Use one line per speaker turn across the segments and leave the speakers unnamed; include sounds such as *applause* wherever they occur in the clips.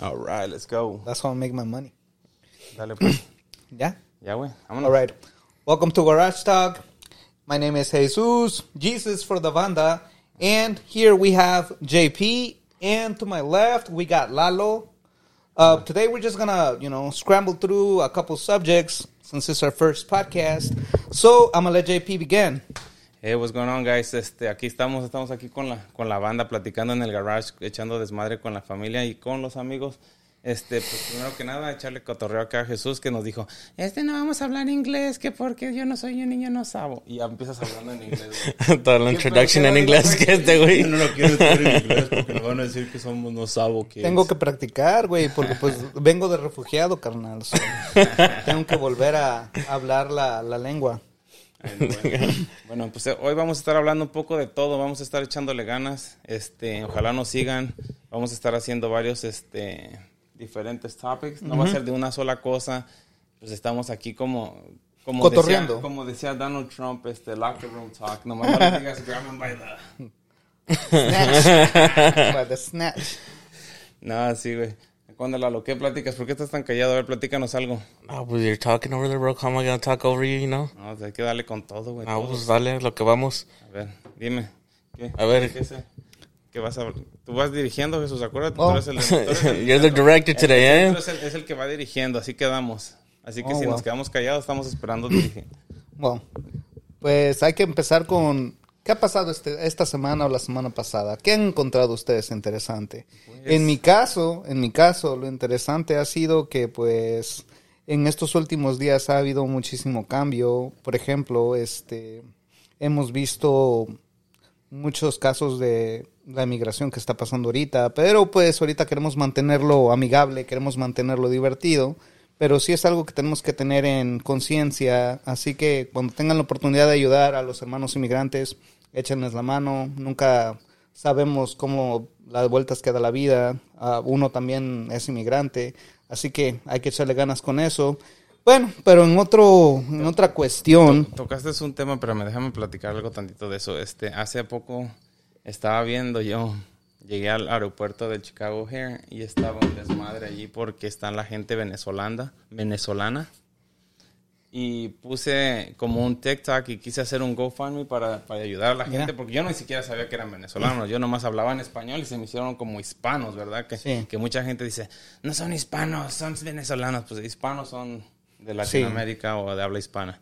All right, let's go.
That's how I make my money.
Dale, pues. *clears throat*
¿Ya?
ya, güey. Vámonos.
All right. Welcome to Garage Talk. My name is Jesus, Jesus for the banda. And here we have JP. And to my left, we got Lalo. Uh, today, we're just going to, you know, scramble through a couple subjects since it's our first podcast. So I'm going to let JP begin.
Hey, Eh, what's going on, guys? Este, aquí estamos, estamos aquí con la, con la banda, platicando en el garage, echando desmadre con la familia y con los amigos. Este, pues primero que nada, echarle cotorreo acá a Jesús que nos dijo, este no vamos a hablar inglés, que porque yo no soy un niño no sabo. Y ya empiezas hablando en inglés, güey.
*laughs* Toda la introduction en inglés que este, güey.
Yo *laughs* no lo quiero decir en inglés porque nos van a decir que somos no sabo que
Tengo que practicar, güey, porque pues vengo de refugiado, carnal. So, tengo que volver a hablar la, la lengua.
*laughs*
Bueno, pues eh, hoy vamos a estar hablando un poco de todo, vamos a estar echándole ganas, este, ojalá nos sigan, vamos a estar haciendo varios, este, diferentes topics, no va a ser de una sola cosa, pues estamos aquí como, como
Cotorreando.
Decía, como decía Donald Trump, este, locker room talk, nomás no
*laughs*
le digas grab 'em by the...
Snatch. By the snatch.
No, sí, güey. Cuando la loqué, platicas, ¿por qué estás tan callado? A ver, platícanos algo.
*laughs* Ah, pues you're talking over there, bro. How am I gonna talk over you, you know?
No, o sea, hay que darle con todo, güey.
Ah,
todo.
pues dale, lo que vamos. *laughs*
A ver, dime. ¿Qué?
A ver.
¿Qué, es eso? ¿Qué vas a... Tú vas dirigiendo, Jesús, acuérdate.
Oh.
Tú eres el... tú eres
*laughs*
el-
You're the director today, eh?
Tú eres el- es el que va dirigiendo, así quedamos. Así que
Oh,
si
wow.
nos quedamos callados, estamos esperando dirigir.
Bueno, pues hay que empezar con qué ha pasado este- esta semana o la semana pasada. ¿Qué han encontrado ustedes interesante? En mi caso, en mi caso, lo interesante ha sido que pues en estos últimos días ha habido muchísimo cambio. Por ejemplo, este hemos visto muchos casos de la inmigración que está pasando ahorita, pero pues ahorita queremos mantenerlo amigable, queremos mantenerlo divertido, pero sí es algo que tenemos que tener en conciencia, así que cuando tengan la oportunidad de ayudar a los hermanos inmigrantes, échenles la mano, nunca sabemos cómo las vueltas que da la vida, ah, uno también es inmigrante, así que hay que echarle ganas con eso. Bueno, pero en otro en otra cuestión,
Tocaste es un tema, pero me déjame platicar algo tantito de eso. Este, hace poco estaba viendo yo, llegué al aeropuerto del Chicago O'Hare y estaba un desmadre allí porque está la gente venezolana, venezolana. Y puse como un TikTok y quise hacer un GoFundMe para, para ayudar a la gente, porque yo ni siquiera sabía que eran venezolanos. Yo nomás hablaba en español y se me hicieron como hispanos, ¿verdad? Que,
Sí.
que mucha gente dice, no son hispanos, son venezolanos. Pues hispanos son de Latinoamérica o de habla hispana.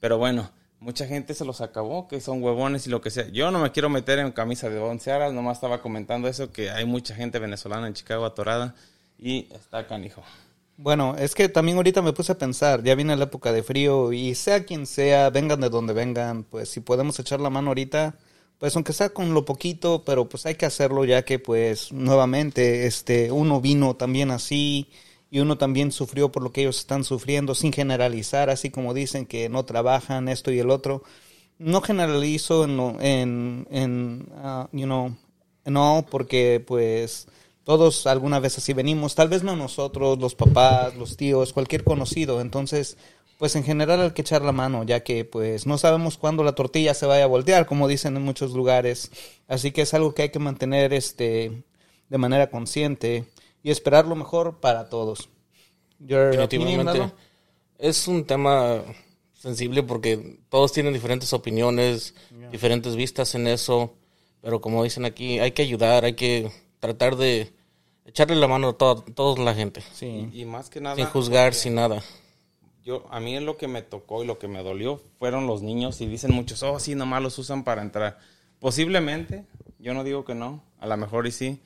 Pero bueno, mucha gente se los acabó, que son huevones y lo que sea. Yo no me quiero meter en camisa de once aras, nomás estaba comentando eso, que hay mucha gente venezolana en Chicago atorada y está canijo.
Bueno, es que también ahorita me puse a pensar, ya viene la época de frío y sea quien sea, vengan de donde vengan, pues si podemos echar la mano ahorita, pues aunque sea con lo poquito, pero pues hay que hacerlo ya que pues nuevamente este uno vino también así y uno también sufrió por lo que ellos están sufriendo sin generalizar, así como dicen que no trabajan esto y el otro. No generalizo en lo- en en ah, you know, no, porque pues todos alguna vez así venimos, tal vez no nosotros, los papás, los tíos, cualquier conocido. Entonces, pues en general hay que echar la mano, ya que pues no sabemos cuándo la tortilla se vaya a voltear, como dicen en muchos lugares. Así que es algo que hay que mantener este de manera consciente y esperar lo mejor para todos. Your opinion,
Definitivamente.
Lalo?
Es un tema sensible porque todos tienen diferentes opiniones, diferentes vistas en eso. Pero como dicen aquí, hay que ayudar, hay que tratar de echarle la mano a to- toda la gente.
Sí.
Y más que nada,
Sin juzgar, sin nada.
yo, a mí lo que me tocó y lo que me dolió fueron los niños y dicen muchos, oh, sí, nomás los usan para entrar. Posiblemente, yo no digo que no, a lo mejor y sí,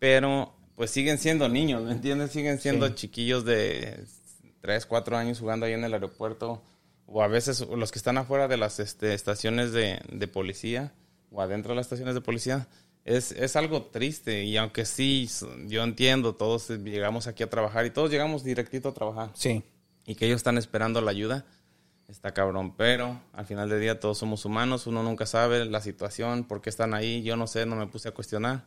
pero pues siguen siendo niños, ¿me entiendes? Siguen siendo chiquillos de 3, 4 años jugando ahí en el aeropuerto o a veces o los que están afuera de las este, estaciones de, de policía o adentro de las estaciones de policía. Es, es algo triste y aunque sí, yo entiendo, todos eh, llegamos aquí a trabajar y todos llegamos directito a trabajar
Sí.
y que ellos están esperando la ayuda, está cabrón. Pero al final del día todos somos humanos, uno nunca sabe la situación, por qué están ahí, yo no sé, no me puse a cuestionar.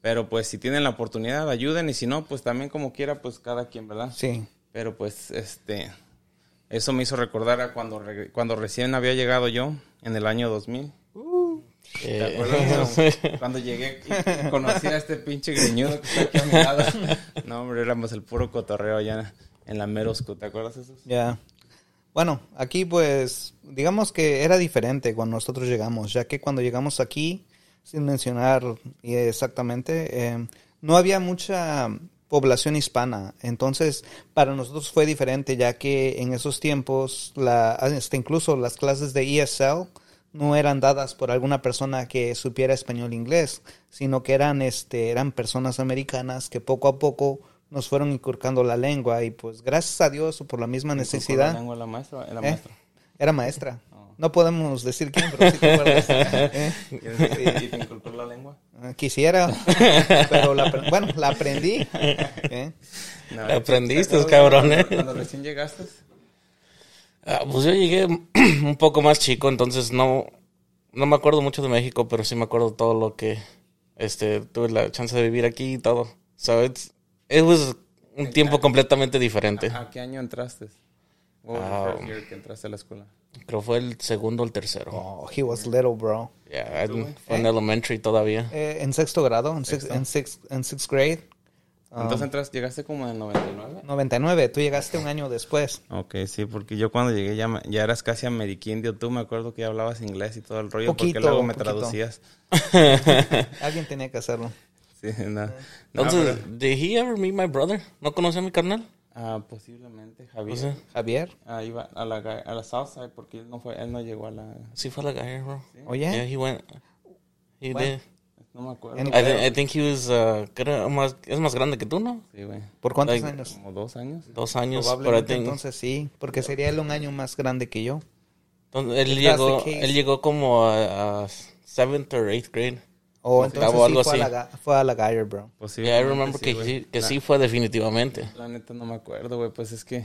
Pero pues si tienen la oportunidad, ayuden y si no, pues también como quiera, pues cada quien, ¿verdad?
Sí.
Pero pues este, eso me hizo recordar a cuando, reg- cuando recién había llegado yo, en el año 2000. ¿Te
Eh, *laughs*
acuerdas? Cuando llegué y conocí a este pinche greñudo que está aquí a mi lado. No, hombre, éramos el puro cotorreo allá en la Merosco. ¿Te acuerdas de eso?
Ya. Bueno, aquí pues digamos que era diferente cuando nosotros llegamos, ya que cuando llegamos aquí, sin mencionar eh, exactamente, eh, no había mucha población hispana. Entonces, para nosotros fue diferente, ya que en esos tiempos, la, hasta incluso las clases de ESL no eran dadas por alguna persona que supiera español e inglés, sino que eran, este, eran personas americanas que poco a poco nos fueron inculcando la lengua y pues gracias a Dios o por la misma
¿Con la
necesidad.
lengua de la maestra? Era
¿Eh?
maestra.
Era maestra. No podemos decir quién, pero sí te acuerdas. ¿eh?
¿Quieres decir- ¿Y te inculcó la lengua?
Ah,
*laughs*
Quisiera, pero la, apre- bueno, la aprendí. ¿eh?
No,
La aprendiste,
¿te acuerdas
cabrón,
cuando-
¿eh?
Cuando recién llegaste.
Ah, pues yo llegué *clears throat* un poco más chico, entonces no, no me acuerdo mucho de México, pero sí me acuerdo todo lo que este, tuve la chance de vivir aquí y todo. So it's, it was un tiempo completamente diferente.
¿A qué año entraste? ¿O el
Ah,
first year que entraste a la escuela?
Creo fue el segundo o el tercero.
Oh, he was little, bro.
Yeah, I- fue en elementary todavía.
Eh, en sexto grado, en, six- en, six- en sixth grade,
Ah, um.
Entonces entras, llegaste como en 99.
99. Tú llegaste un año después.
Ok, sí, porque yo cuando llegué ya, me- ya eras casi ameriquindio. Tú me acuerdo que ya hablabas inglés y todo el rollo
Poquito,
porque luego me
poquito.
traducías. *laughs*
Alguien tenía que hacerlo.
Sí, no. No,
Entonces,
pero-
did he ever meet my brother? ¿No conocí a mi carnal?
Ah, posiblemente Javier.
O sea,
Javier,
Ah, iba a la, ga- a la Southside porque él no, fue, él no llegó a la...
sí fue a la guy, bro. Yeah,
oye,
he went. He did.
No me acuerdo.
En-
I, thi- I think he was, uh, creo, más, es más grande que tú, ¿no?
Sí, güey.
¿por cuántos
Like,
años?
Como dos años.
Dos años, pero I
Probablemente
think-
entonces sí, porque sería él un año más grande que yo.
entonces, él,
that's
llegó,
the case.
él llegó como a, a seventh or eighth grade.
O
Octavo,
entonces sí
Pues, algo
fue, a la,
así.
ga- fue a la Geyer, bro.
Yeah, I
Posiblemente
remember que,
Pues güey.
sí, que sí fue definitivamente.
La neta no me acuerdo, güey. Pues es que...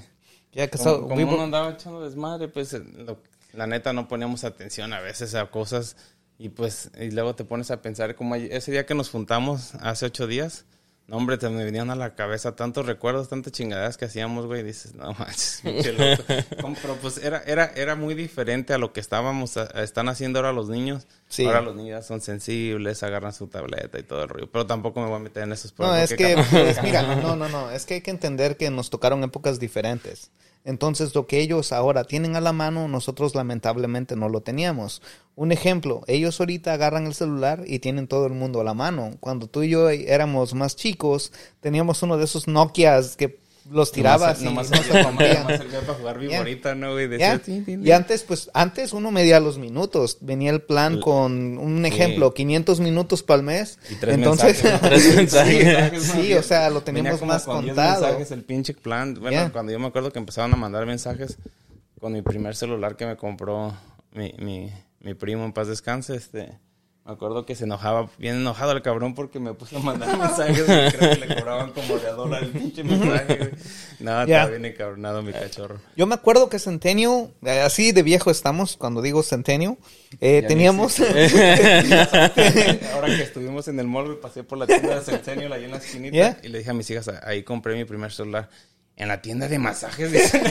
Ya que
Como,
so-
como
we
uno
were-
andaba echando desmadre, pues lo- la neta no poníamos atención a veces a cosas y pues y luego te pones a pensar como ay- ese día que nos juntamos hace ocho días, no hombre, te me venían a la cabeza tantos recuerdos, tantas chingadas que hacíamos, güey, y dices, no manches, *laughs* pinche loco". Como, pero pues era, era, era muy diferente a lo que estábamos, a- a- están haciendo ahora los niños.
Sí.
Ahora los niños ya son sensibles, agarran su tableta y todo el rollo, pero tampoco me voy a meter en esos
No,
problemas
es que,
cada-
pues, mira, no, no, no, es que hay que entender que nos tocaron épocas diferentes. Entonces, lo que ellos ahora tienen a la mano, nosotros lamentablemente no lo teníamos. Un ejemplo, ellos ahorita agarran el celular y tienen todo el mundo a la mano. Cuando tú y yo éramos más chicos, teníamos uno de esos Nokias que los tirabas y
nomás,
no
nomás servía-
se rompían.
nomás servía para jugar viborita, ¿no, güey? Decía,
Ya.
"Tin, tin,
Y antes, pues, antes uno medía los minutos. Venía el plan con un ejemplo, 500 minutos para el mes.
Y tres
Entonces, *laughs*
mensajes, ¿no?
Tres
sí,
mensajes.
sí, o sea, lo
Venía
teníamos
como
más
con diez
contado.
mensajes el pinche plan. Bueno,
Yeah.
cuando yo me acuerdo que empezaron a mandar mensajes con mi primer celular que me compró mi, mi, mi primo en paz descanse, este. Me acuerdo que se enojaba, bien enojado el cabrón porque me puso a
*laughs*
mandar mensajes y creo que le cobraban como de a dólar el pinche mensaje.
*laughs*
güey. No,
Yeah.
estaba bien encabronado mi cachorro.
Yo me acuerdo que Centennial, eh, así de viejo estamos, cuando digo Centennial, eh,
Ya
teníamos... *laughs*
Ahora que estuvimos en el mall, güey, pasé por la tienda de Centennial ahí en la esquinita
Yeah.
y le dije a mis hijas, ahí compré mi primer celular. En la tienda de masajes. dicen.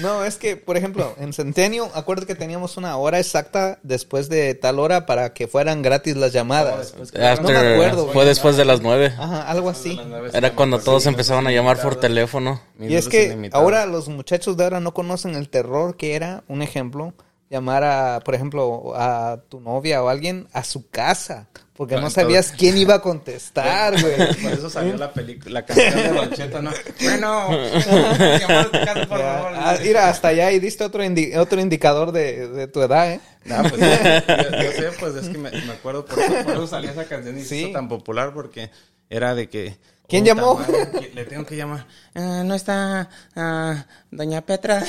no, es que, por ejemplo, en Centennial, acuerdo que teníamos una hora exacta después de tal hora para que fueran gratis las llamadas.
después
After,
No me acuerdo,
fue
güey. Ah.
después de las nueve.
Ajá, *laughs* algo así.
Era cuando
pues,
todos empezaban a llamar por teléfono.
Y es que ahora los muchachos de ahora no conocen el terror que era, un ejemplo, llamar a, por ejemplo, a tu novia o alguien a su casa, porque no
Entonces-
sabías quién iba a contestar, güey.
Por eso salió la película, la canción de Bancheta, ¿no?
*laughs*
Bueno, *laughs* llamar a tu casa, *laughs* por
Ya,
favor.
ah, Mira, hasta allá y diste otro, indi- otro indicador de, de tu edad, ¿eh?
No, pues yo,
*laughs*
yo sé, pues es que me, me acuerdo por eso, por eso salía esa canción y se
Sí.
hizo tan popular porque era de que.
¿Quién
"Puta
llamó?"
madre, que le tengo que llamar. "Ah, no está ah, Doña Petra.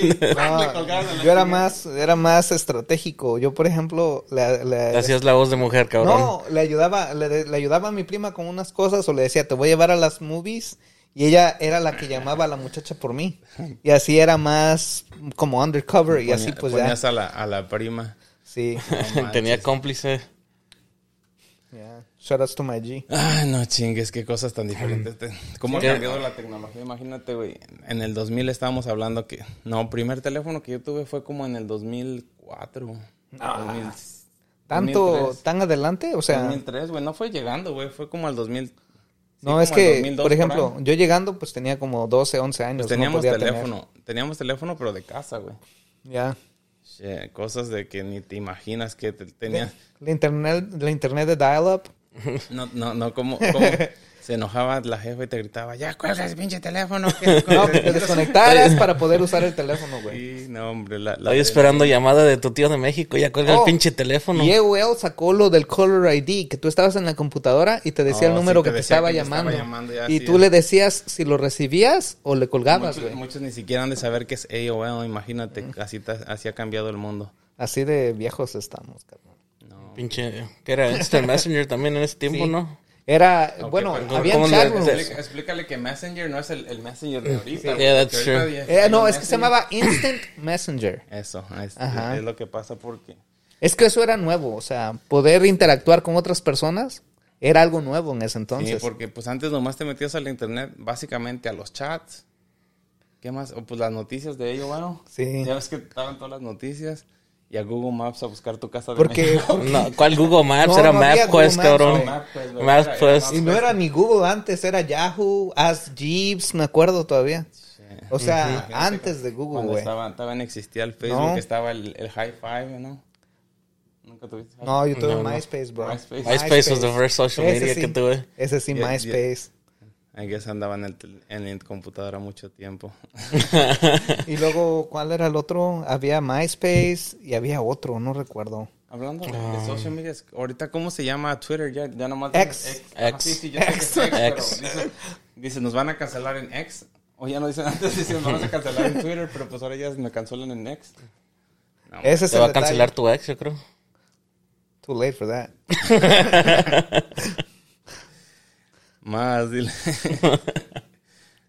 Y, ¡pac! *laughs* le colgaron a la
yo era
chingada.
más, era más estratégico. Yo, por ejemplo, la- la-
Te hacías la voz de mujer, cabrón.
No, le ayudaba, le, le ayudaba a mi prima con unas cosas o le decía, te voy a llevar a las movies. Y ella era la que llamaba a la muchacha por mí. Y así era más como undercover *laughs* y así
Ponía-
pues ya.
ponías a la, a la prima. *laughs*
Sí.
No
*laughs* Tenía
manches.
cómplice.
Yeah. Shout outs to my G.
Ay, "Ah, no chingues, qué cosas tan diferentes. te- ¿Cómo
Sí.
ha cambiado la tecnología? Imagínate, güey. En el 2000 estábamos hablando que. No, primer teléfono que yo tuve fue como en el 2004. 2000
¿Tanto,
2003.
tan adelante? O sea,
2003, güey. No fue llegando, güey. Fue como al 2000.
no, es
como el
que,
2002
por ejemplo,
por ahí.
yo llegando, pues tenía como 12, 11 años.
Pues
no
teníamos
podía tener.
teléfono. Teníamos teléfono, pero de casa, güey.
Ya.
Shit, cosas de que ni te imaginas que te tenías.
*laughs* La internet, la internet
*laughs*
de dial-up.
No, no, no, como, como se enojaba la jefa y te gritaba, ya cuelga ese pinche teléfono. que-
*laughs* No, pues, que
*laughs*
te desconectaras para poder usar el teléfono, güey.
Sí, no, hombre. La, la-
Estoy esperando llamada de tu tío de México. Ya cuelga
Oh.
el pinche teléfono.
Y AOL sacó lo del Caller ID, que tú estabas en la computadora y te decía
Oh,
el número
sí, te
que te
decía
estaba
que te estaba
llamando.
llamando, ya,
y
sí, ya.
tú
pues,
le decías si lo recibías o le colgabas,
muchos,
güey.
muchos ni siquiera han de saber qué es AOL. Imagínate, así, ta- así ha cambiado el mundo.
Así de viejos estamos, carnal.
Pinche. Que era Instant Messenger también en ese tiempo,
Sí.
¿no?
Era, Eh, bueno,
pero
había
¿cómo le-
chat rooms.
te-
Explí- Explícale que Messenger no es el, el Messenger de ahorita.
Yeah,
porque
that's
ahorita
true.
ya-
Eh, no,
ya
es que se
Messenger-
llamaba Instant Messenger.
Eso, es,
Ajá.
es lo que pasa porque...
Es que eso era nuevo, o sea, poder interactuar con otras personas era algo nuevo en ese entonces.
Sí, porque pues antes nomás te metías al internet, básicamente a los chats. ¿Qué más? O pues las noticias de ello, bueno.
Sí.
Ya ves que estaban todas las noticias. Y a Google Maps a buscar tu casa de
Porque,
México.
No, ¿Cuál Google Maps?
No,
era
no había
MapQuest,
Google Maps,
cabrón.
güey.
MapQuest, güey.
MapQuest.
y no era ni Google antes, era Yahoo, Ask Jeeves, me acuerdo todavía. O sea, antes de
*laughs*
Google,
Cuando
güey.
estaban, estaban- existía el Facebook,
No.
estaba el, el High Five, ¿no? Nunca tuviste High
No, yo tuve
No, no.
MySpace, bro.
MySpace.
MySpace was the first social
Ese
media
sí.
que tuve.
Ese sí,
Yeah,
*laughs*
MySpace.
Five? I guess andaba en, el tel- en la computadora mucho tiempo.
Y luego, ¿cuál era el otro? Había MySpace y había otro, no recuerdo.
Hablando de, de social media, es- ahorita, ¿cómo se llama Twitter? Ya, ya nomás.
Ex.
dicen Ah, sí, sí, yo sé que es X. pero dicen- Dicen, nos van a cancelar en X. O ya no dicen *laughs* antes, dicen, nos van a cancelar en Twitter, pero pues ahora ya me cancelan en X. No,
Ese es
Te
el
va a
detalle.
cancelar tu ex, yo creo.
Too late
*laughs*
for that.
Más, dile.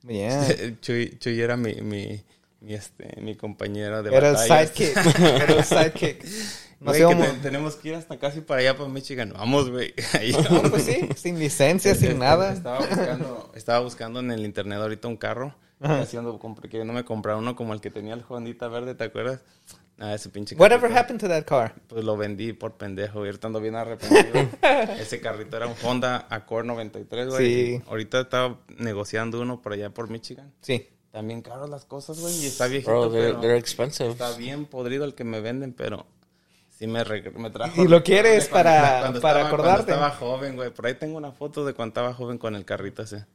Yeah.
*laughs* Chuy, Chuy era mi, mi, mi, este, mi compañero de
Era el
batallas.
sidekick. Era el sidekick.
*laughs*
Nos
Güey, que
íbamos-
te- tenemos que ir hasta casi para allá, para Michigan. Vamos, güey. *laughs*
*laughs*
Ahí
No,
vamos.
pues sí, sin
*laughs*
licencia, sin
Este,
nada.
Estaba
*laughs*
buscando, estaba buscando en el internet ahorita un carro. Haciendo, compr- queriéndome comprar uno como el que tenía el Hondita verde, ¿te acuerdas? Ah, ese pinche
Whatever
carrito.
happened to that car?
Pues lo vendí por pendejo y ahorita ando bien
*laughs*
arrepentido. ese carrito era un Honda Accord 93, güey.
Sí.
y Ahorita estaba negociando uno por allá por Michigan.
Sí.
También caros las cosas, güey. Y está viejito,
Bro, they're,
pero
they're expensive.
está bien podrido el que me venden, pero sí me, re- me trajo.
Y lo quieres
cuando-
para- para
estaba-
acordarte.
Cuando estaba joven, güey. Por ahí tengo una foto de cuando estaba joven con el carrito ese.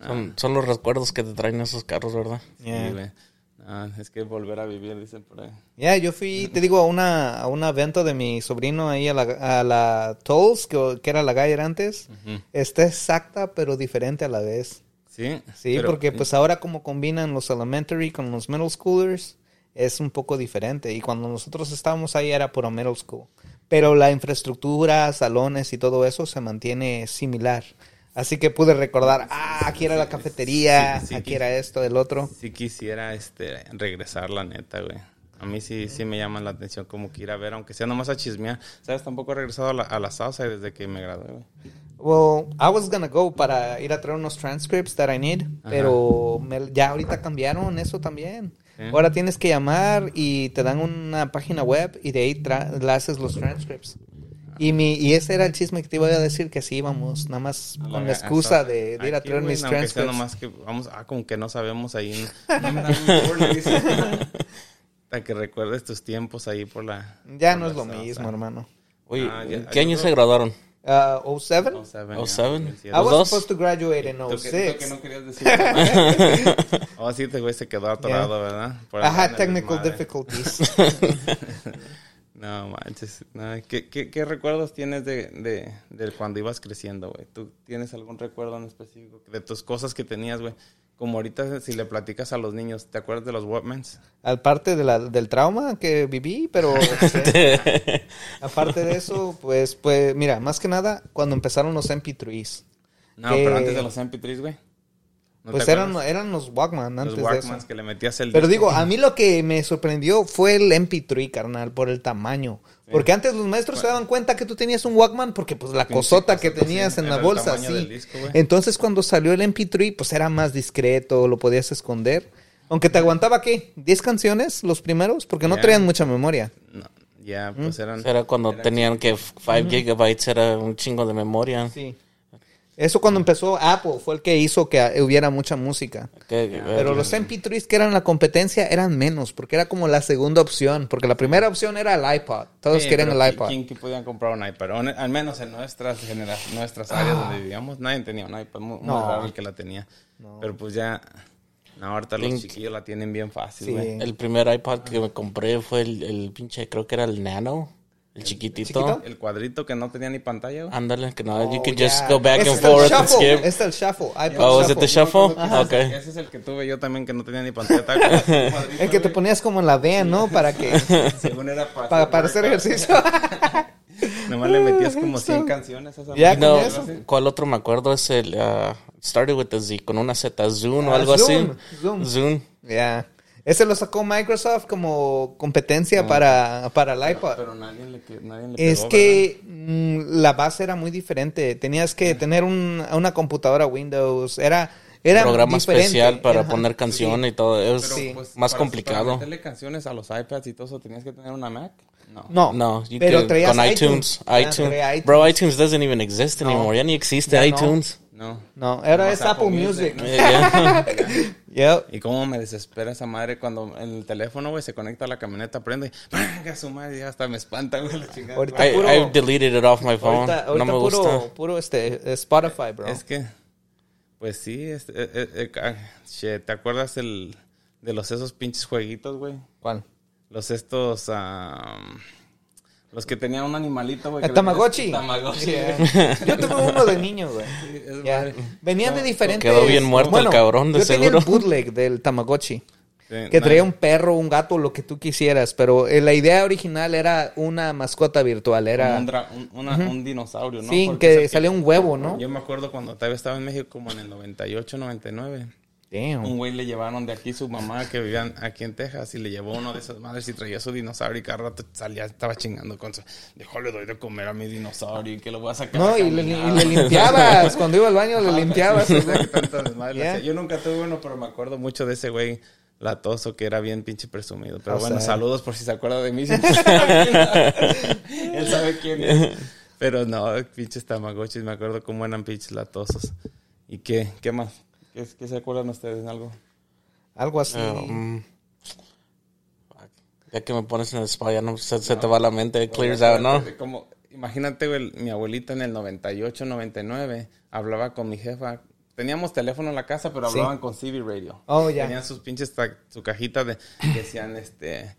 Ah,
Son, son los recuerdos que te traen esos carros, ¿verdad?
Sí,
Yeah.
güey. Ah, es que volver a vivir, dicen por ahí.
Ya, yo fui, te digo, a una, a un evento de mi sobrino ahí a la, a la Tolls, que, que era la Gayer antes. Está exacta, pero diferente a la vez.
Sí.
Sí,
pero-
porque pues ahora como combinan los elementary con los middle schoolers, es un poco diferente. Y cuando nosotros estábamos ahí era puro middle school. Pero la infraestructura, salones y todo eso se mantiene similar. Así que pude recordar, ah, aquí era la cafetería,
sí, sí,
aquí
sí.
era esto, el otro.
Sí quisiera este, regresar, la neta, güey. A mí sí, sí me llama la atención como que ir a ver, aunque sea nomás a chismear. ¿Sabes? Tampoco he regresado a la, a la salsa desde que me gradué, güey.
Well, I was gonna go para ir a traer unos transcripts that I need, pero me- ya ahorita cambiaron eso también.
Sí.
Ahora tienes que llamar y te dan una página web y de ahí tra- le haces los transcripts. Y, mi, y ese era el chisme que te iba a decir que sí íbamos, nada más
A
con
ga-
la excusa
hasta
de, de ir a
aquí,
traer
güey,
mis
aunque sea
transcripts.
nomás que vamos, ah, como que no sabemos
*laughs*
ahí. No me dan un gol, le *laughs* dice. Hasta que recuerdes tus tiempos ahí por la.
Ya
por
no
la
es lo
salsa.
mismo, hermano.
Oye,
Ah, ya,
¿qué
yo
año
creo-
se graduaron?
Uh, 07?
Oh, seven,
Oh,
ya,
seven.
el
I
cielo.
¿los
was
dos?
supposed to graduate in
Tú que- tú que
06.
no querías decir. *laughs* oh, sí, este güey se quedó atorado, ¿verdad? Por andar en
Ajá,
el
technical
desmadre. *laughs*
difficulties.
No manches. no, ¿Qué, qué, qué recuerdos tienes de, de, de cuando ibas creciendo, güey? ¿Tú tienes algún recuerdo en específico de tus cosas que tenías, güey? Como ahorita si le platicas a los niños, ¿te acuerdas de los Walkmans?
Aparte de la- del trauma que viví,
*laughs*
pero... este,
Te-
Aparte de eso, pues, pues, mira, más que nada, cuando empezaron los MP3s.
No,
Que-
pero antes de los MP3, güey. ¿No
pues
te
eran,
acuerdas?
eran los Walkman antes
los
de eso.
Walkmans que le metías el...
Pero
disco.
digo, a mí lo que me sorprendió fue el MP3, carnal, por el tamaño. Porque antes los maestros se daban cuenta que tú tenías un Walkman porque pues la
Pinche
cosota que
cosota,
tenías
sí,
en
era
la
el
bolsa,
tamaño
sí.
del disco, güey.
Entonces cuando salió el MP3, pues era más discreto, lo podías esconder. Aunque te aguantaba, ¿qué? ¿10 canciones los primeros? Porque no
Ya.
traían mucha memoria.
No,
¿Mm?
ya, pues eran...
Era cuando tenían que 5 gigabytes era un chingo de memoria.
Sí. Eso cuando
Mm.
empezó Apple fue el que hizo que ah, hubiera mucha música.
Que-
Ah,
eh,
Pero los MP3s que eran la competencia eran menos, porque era como la segunda opción, porque la primera opción era el iPod. Todos
Sí,
querían
pero
el
¿qui-
iPod.
¿Quién que podían comprar un iPad? O en- al menos en nuestras genera- nuestras áreas donde vivíamos, nadie tenía un iPad. Muy, muy
Ah. No.
raro el que la tenía. Pero pues ya, no, ahorita los chiquillos la tienen bien fácil,
Sí.
güey.
El primer iPad que me compré fue el, el pinche, creo que era el Nano, el chiquitito.
¿Chiquito?
El cuadrito que no tenía ni pantalla, güey.
Ándale, que no, you
Oh,
can
yeah.
just go back
Ese
and
es el
forth and
shuffle,
skip.
ese Es el shuffle. iPod
Oh, ¿es the
shuffle.
shuffle? ok.
Ese es el que tuve yo también, que no tenía ni pantalla. Estaba como
*laughs*
un cuadrito,
El que te
güey.
ponías como en la vea, ¿no? Para que
Según era para,
para, para hacer ejercicio. *laughs*
Nomás le metías como 100 canciones a esa
Ya,
madre.
No,
con eso.
¿cuál otro me acuerdo? Es el, ah, started with a Z, con una Z, Zoom o
Ah,
algo
Zoom,
así.
Zoom.
Zoom.
Ya. Ese lo sacó Microsoft como
Ah.
competencia para, para el iPod.
Pero nadie le, que- nadie le
Es
pegó,
que mm, la base era muy diferente. Tenías que tener un- una computadora Windows. Era, era
programa
diferente.
especial para
Ajá.
poner canción y todo. Es
Pero, Sí.
pues,
más
para- Para
complicado.
meterle canciones a los iPads y todo eso, ¿tenías que tener una Mac? No.
No,
No, you
pero
could-
traías
con iTunes,
Ah,
iTunes.
traía iTunes.
Bro, iTunes doesn't even exist anymore. Ya ni existe
Ya no. *laughs*
iTunes.
No.
No, era
Nomás
es Apple Music.
¿no?
Eh, ya.
Yep.
Y cómo me desespera esa madre cuando en el teléfono, güey, se conecta a la camioneta, prende, *laughs* ¡Venga su madre! Y hasta me espanta, güey, la chingada.
Ahorita
I,
puro,
I've deleted it off my phone.
ahorita-
no
ahorita
me
puro,
gusta.
puro este, Spotify, bro.
Es que, pues sí, es- eh, eh, eh, ah, shit, ¿te acuerdas el, de los esos pinches jueguitos, güey?
¿Cuál?
Los estos, am, los que tenían un animalito, güey.
El
que le-
Tamagotchi.
Tamagotchi. eh.
Yeah.
güey. *laughs*
Yo tuve uno de niño, güey.
es
Ya.
madre.
Venían de diferentes.
quedó bien muerto el cabrón, de
yo tenía
seguro.
el bootleg del Tamagotchi.
Sí,
*laughs* Que
no,
traía un perro, un gato, lo que tú quisieras. Pero eh, la idea original era una mascota virtual. Era.
un, dra- un- una- un dinosaurio, ¿no?
sí,
Porque
que
ese-
salía un huevo, ¿no?
Yo me acuerdo cuando todavía estaba en México, como en el 98, 99. Un
Damn.
güey le llevaron de aquí su mamá que vivían aquí en Texas y le llevó uno de esas madres y traía su dinosaurio y cada rato salía, estaba chingando con su. Déjale, doy de comer a mi dinosaurio y que lo voy a sacar.
No,
a
y le, y
caminar". *laughs*
le limpiabas. Cuando iba al baño le limpiabas.
O sea, que tantas desmadres le
Yeah.
hacía. Yo nunca tuve uno, pero me acuerdo mucho de ese güey latoso que era bien pinche presumido. Pero
O
bueno,
sea.
saludos por si se acuerda de mí. si no sabe quién- Él sabe quién es. Pero no, pinches tamagotchis, me acuerdo cómo eran pinches latosos. ¿Y qué? ¿Qué más? ¿Qué, qué se acuerdan ustedes de algo?
Algo así.
Ah,
Um, fuck. ya que me pones en el spa, ya no se, se te va la mente, it clears out, ¿no?
Como, imagínate, güey, mi abuelita en el 98, 99, hablaba con mi jefa. Teníamos teléfono en la casa, pero
Sí.
hablaban con CB Radio.
Oh, ya.
Tenían sus pinches, ta- su cajita de, decían, este,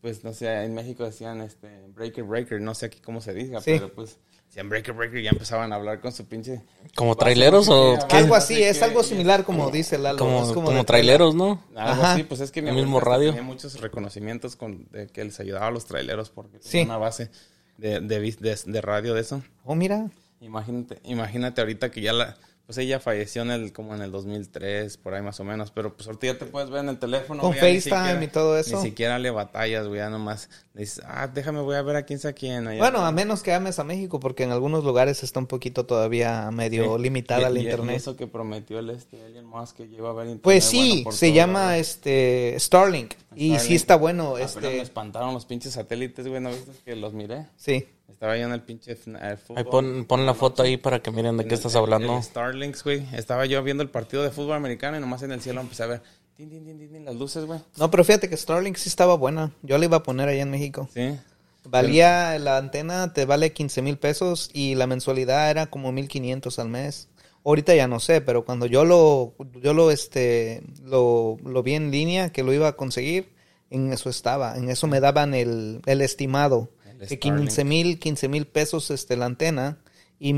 pues, no sé, en México decían, este, Breaker Breaker, no sé aquí cómo se diga,
Sí.
pero pues, decían Breaker Breaker y ya empezaban a hablar con su pinche...
¿Como traileros o
Vas a-
qué?
Algo así,
Así
es
que-
algo similar como dice el
Como,
es
como,
como de-
traileros, ¿no?
Algo
Ajá.
así, pues es que mi
El mismo
abuelita hasta
radio.
tenía muchos reconocimientos con, de que les ayudaba a los traileros porque
Sí.
tenía una base de, de, vis- de, de radio de eso.
Oh, mira.
Imagínate, imagínate ahorita que ya la... Pues ella falleció en el, como en el 2003, por ahí más o menos. Pero pues ahorita ya te puedes ver en el teléfono.
Con
güey, ya ni
FaceTime
siquiera-
y todo eso.
Ni siquiera le batallas, güey. Ya nomás le dices, ah, déjame, voy a ver a quién sea quién. allá".
Bueno, a menos que ames a México, porque en algunos lugares está un poquito todavía medio
Sí.
limitada
*laughs* Y-
la
y- y
internet.
eso que prometió el este Elon Musk que lleva a ver internet.
Pues sí,
bueno, por
se
todo,
llama
güey.
este Starlink. Y sí
Starlink. Ah,
está bueno,
Apenas me
este.
espantaron los pinches satélites, güey. ¿No viste que los miré?
Sí.
Estaba yo en el pinche fn- eh, fútbol.
Ahí pon, pon la foto ahí para que miren de qué estás hablando.
El Starlinks, güey. Estaba yo viendo el partido de fútbol americano y nomás en el cielo empecé a ver tin, tin, tin, tin, tin, las luces, güey.
No, pero fíjate que Starlink sí estaba buena. Yo la iba a poner allá en México.
Sí.
Valía la antena, te vale 15 mil pesos y la mensualidad era como 1500 al mes. Ahorita ya no sé, pero cuando yo lo, yo lo, este, lo, lo vi en línea, que lo iba a conseguir, en eso estaba. En eso me daban el, el estimado.
El
de
Starlink.
15 mil, 15 mil pesos este, la antena y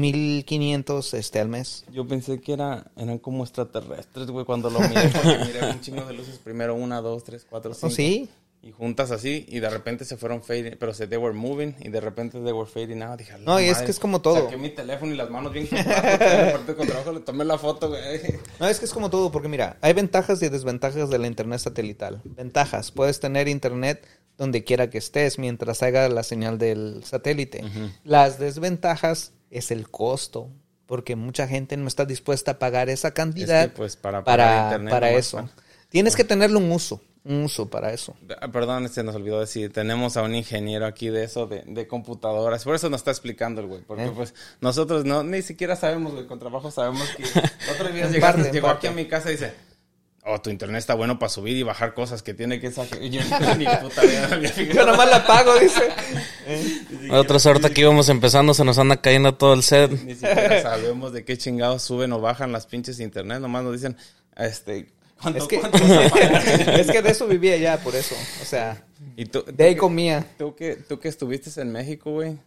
1500 este, al mes.
Yo pensé que era, eran como extraterrestres, güey, cuando
*laughs*
lo miré. Porque miré un chingo de luces. Primero una, dos, tres, cuatro,
¿Oh,
cinco.
sí?
Y juntas así, y de repente se fueron fading, pero se, they were moving, y de repente they were fading out. Dije,
No, y es que es como todo.
Saqué mi teléfono y las manos bien *laughs* quemadas, porque de repente con trabajo le tomé la foto, güey.
No, es que es como todo, porque mira, hay ventajas y desventajas de la internet satelital. Ventajas, puedes tener internet donde quiera que estés mientras haga la señal del satélite. Las desventajas es el costo, porque mucha gente no está dispuesta a pagar esa cantidad
pues, para
para,
pagar internet
para
nomás
eso.
para-
Tienes que tenerle un uso. un uso para eso.
Ah, Perdón, se nos olvidó decir, tenemos a un ingeniero aquí de eso, de, de computadoras. Por eso nos está explicando el güey,
Eh.
porque pues nosotros no, ni siquiera sabemos, güey, con trabajo sabemos
*laughs*
que... Otros días
En
llegaste,
parte, en
llegó
parte.
aquí a mi casa y dice, oh, tu internet está bueno para subir y bajar cosas que tiene que
*laughs*
sacar. Y yo ni puta idea, había fijado.
*laughs* Yo nomás la pago, dice.
Otra suerte que íbamos empezando, se nos anda cayendo todo el set.
Ni siquiera sabemos de qué chingados suben o bajan las pinches internet. Nomás nos dicen, este, ¿cuánto,
Es que,
cuánto se paga?
*laughs* es que de eso vivía ya, por eso. O sea,
Y tú,
de ahí comía.
tú que, tú que estuviste en México, güey,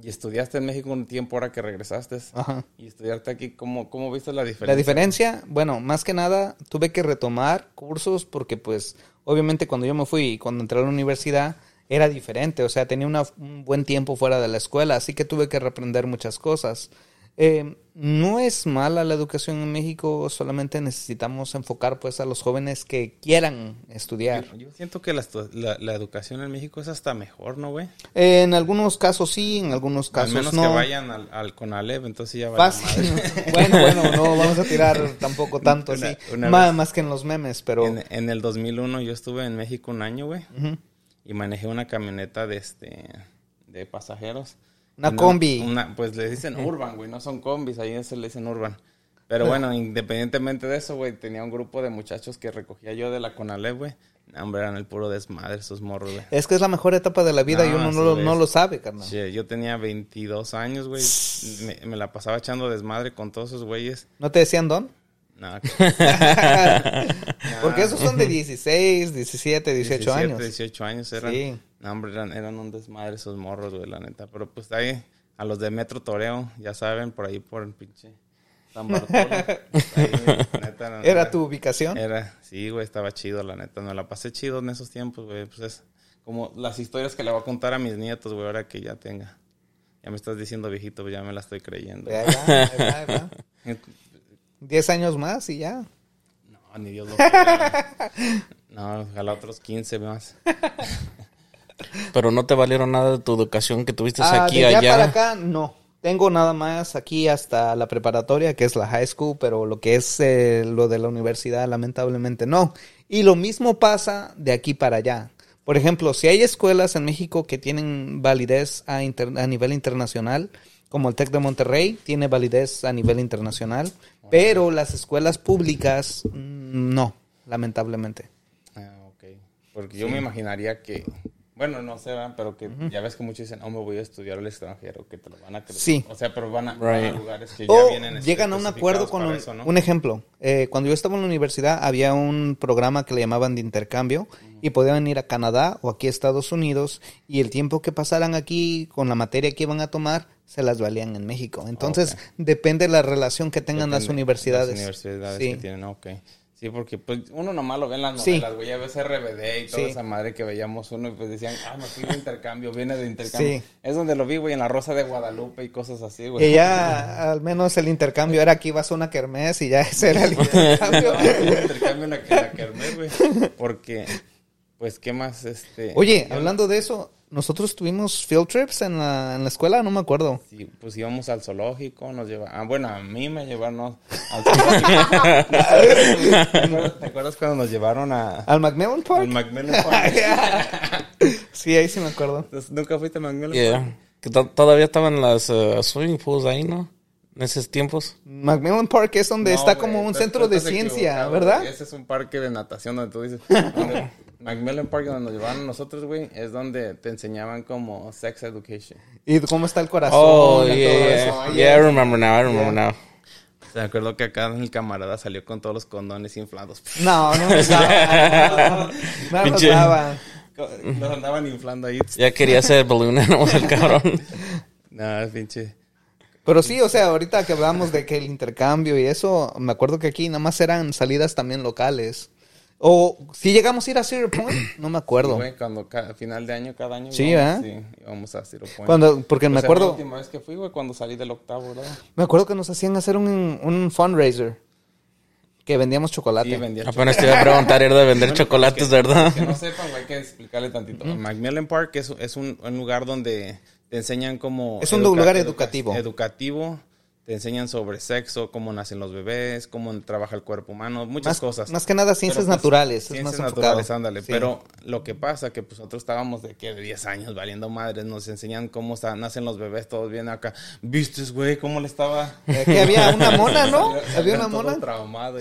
y estudiaste en México un tiempo ahora que regresaste,
Ajá.
y estudiarte aquí, ¿cómo, cómo viste la diferencia?
La diferencia, bueno, más que nada tuve que retomar cursos porque pues obviamente cuando yo me fui y cuando entré a la universidad era diferente, o sea, tenía una- un buen tiempo fuera de la escuela, así que tuve que reaprender muchas cosas. Eh, no es mala la educación en México, solamente necesitamos enfocar pues a los jóvenes que quieran estudiar.
Yo, yo siento que la, estu- la- la educación en México es hasta mejor, ¿no, güey?
En algunos casos sí, en algunos
Al
casos
menos
no.
que vayan al, al Conalep, entonces ya van
Fácil. *laughs* Bueno, bueno,
*laughs*
no vamos a tirar tampoco tanto
Una-
así.
una
Ma-
vez.
Más que en los memes, pero...
En, en el 2001 yo estuve en México un año, güey,
Ujú.
y manejé una camioneta de, este, de pasajeros.
Una
Y no-
combi.
una- pues le dicen urban, güey, no son combis, ahí se le dicen
*laughs*
urban. Pero bueno, independientemente de eso, güey, tenía un grupo de muchachos que recogía yo de la Conalep, güey. No, hombre, eran el puro desmadre esos morros, güey.
Es que es la mejor etapa de la vida y
No,
uno
así
no lo,
es.
no lo sabe, carnal.
Che, yo tenía 22 años, güey. Me, me la pasaba echando desmadre con todos esos güeyes.
¿No te decían don?
No, que-
*laughs* Porque esos son de 16, 17, 18 años.
18 años eran.
Sí.
No, hombre, eran, eran un desmadre esos morros, güey, la neta. Pero pues ahí, a los de Metro Toreo, ya saben, por ahí por el pinche San
*laughs*
Bartolo. Ahí, neta, no-
¿Era tu ubicación?
Era, sí, güey, estaba chido, la neta. Me la pasé chido en esos tiempos, güey. Pues es como las historias que le voy a contar a mis nietos, güey, ahora que ya tenga. Ya me estás diciendo viejito, ya me la estoy creyendo.
Ahí va, ahí va, ahí va. 10 años más y ya.
No, ni
*laughs*
Dios lo quiera. No, ojalá otros 15 más.
Pero no te valieron nada de tu educación que tuviste
Ah,
aquí,
de allá para
allá.
acá, no. Tengo nada más aquí hasta la preparatoria, que es la high school, pero lo que es eh, lo de la universidad, lamentablemente no. Y lo mismo pasa de aquí para allá. Por ejemplo, si hay escuelas en México que tienen validez a, inter- a nivel internacional, como el TEC de Monterrey, tiene validez a nivel internacional, pero las escuelas públicas mm, no, lamentablemente.
Ah, ok. Porque yo me imaginaría que, bueno, no sé, ¿verdad? pero que ya ves que muchos dicen, oh, me voy a estudiar al extranjero, que te lo van a creer.
Sí.
O sea, pero van a, van a
Right.
lugares que ya
O
vienen. este,
llegan a un acuerdo con un,
especificados para eso, ¿no?
un ejemplo. Eh, cuando yo estaba en la universidad había un programa que le llamaban de intercambio y podían ir a Canadá o aquí a Estados Unidos y el tiempo que pasaran aquí con la materia que iban a tomar se las valían en México. Entonces
Ok.
depende la relación que tengan las
Depende,
universidades.
Las universidades
Sí.
que tienen, ok. Sí, porque pues uno nomás lo ve en las
Sí.
novelas, güey. Ya ves RBD y toda
Sí.
esa madre que veíamos uno y pues decían, ah, me fui de intercambio, viene de intercambio.
Sí.
Es donde lo vi, güey, en La Rosa de Guadalupe y cosas así, güey.
Y ya al menos el intercambio era aquí vas a una kermés y ya *laughs* ese era el intercambio.
No, un Ah, intercambio en la que la Kermés, güey. Porque, pues, ¿qué más? Este.
Oye,
yo-
hablando de eso, nosotros tuvimos field trips en la, en la escuela, no me acuerdo.
Sí, pues íbamos al zoológico, nos lleva, ah, bueno, a mí me llevaron
*laughs*
al zoológico. ¿Te acuerdas- *laughs* ¿Te acuerdas cuando nos llevaron a
¿Al McMillan Park?
al Macmillan Park?
*laughs* Sí, ahí sí me acuerdo.
Nunca fuiste a Macmillan
Yeah. Que to- todavía estaban las eh, swimming pools ahí, ¿no? En esos tiempos.
Macmillan Park es donde
No,
está
güey,
como un
estás-
centro de
estás
ciencia,
equivocado,
¿verdad?
güey. Ese es un parque de natación donde tú
*laughs*
dices. donde- Macmillan Park, donde nos llevaron nosotros, güey, es donde te enseñaban como sex education.
Y cómo está el corazón.
Oh,
y todo eso.
yeah.
Ay,
Yeah, I remember now, I remember now.
Me acuerdo que acá el camarada salió con todos los condones inflados.
No, no nos daban. No nos
Pinche-
daban.
Los andaban inflando ahí.
Ya quería ser balloon *laughs* animal,
*laughs*
el cabrón.
No, pinche.
Pero sí, o sea, ahorita que hablamos de que el intercambio y eso, me acuerdo que aquí nada más eran salidas también locales. O si llegamos a ir a Cedar Point, no me acuerdo.
Güey, cuando ca- a final de año, cada año.
Sí,
íbamos,
¿eh?
Sí, íbamos a Zero Point.
Cuando, porque
O sea,
me
La
acuerdo,
última vez que fui, güey, cuando salí del octavo, ¿verdad?
me acuerdo que nos hacían hacer un, un fundraiser. Que vendíamos chocolate.
Sí, vendía
Apenas te iba a preguntar, era de vender chocolates, ¿verdad?
pues, que no sepan, güey, hay que explicarle tantito. Macmillan Park es, es un, un lugar donde te enseñan como...
Es un
educa-
lugar
educa-
educativo.
Educativo Te enseñan sobre sexo, cómo nacen los bebés, cómo trabaja el cuerpo humano, muchas
más,
cosas.
Más que nada ciencias
Pero, pues,
naturales.
Ciencias
es más
naturales,
enfocado.
ándale.
Sí.
Pero lo que pasa que pues nosotros estábamos de que de 10 años valiendo madres, nos enseñan cómo sa- nacen los bebés, todos bien acá. ¿Viste, güey, cómo le estaba?
Eh, que había una
*laughs*
mona, ¿no? Había una
Todo
mona.
traumado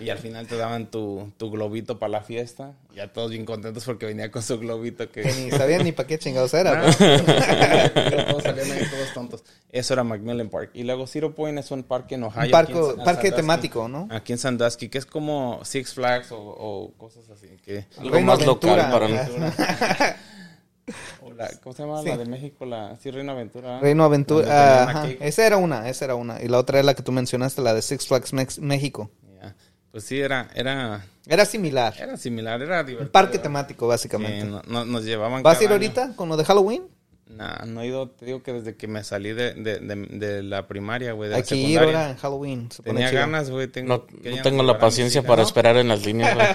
y, y al final te daban tu, tu globito para la fiesta. Ya todos bien contentos porque venía con su globito que...
Que ni sabían ni para qué chingados era.
Nada,
¿no?
*laughs*
*laughs*
todos salían ahí todos tontos. Eso era Macmillan Park. Y luego Zero Point es un parque en Ohio.
Un parco-
aquí en Sa-
parque
Sandusky.
temático, ¿no?
Aquí en Sandusky, que es como Six Flags o, o cosas así. Que,
Algo
Reino
más local
Aventura,
para mí.
o la- ¿Cómo se llama
Sí.
la de México? La, sí, Reino Aventura.
Reino Aventura.
Donde tenían
ajá.
aquí.
Esa era una, esa era una. Y la otra es la que tú mencionaste, la de Six Flags Mex- México.
Ya. Pues sí, era, era,
Era similar.
era similar, era divertido.
Un parque temático, básicamente.
Sí, no- no- nos llevaban
¿Vas a
cada
ir
año.
ahorita con lo de Halloween?
Nah, no he ido, te digo que desde que me salí de, de, de, de la primaria, güey, de
Hay
la
que ir
secundaria.
ahora en Halloween. se pone
Tenía
chido.
ganas, güey. Tengo,
No,
que
no
ya
tengo
no
la
pagarán
paciencia
mis
para
hijas.
esperar en las líneas, güey.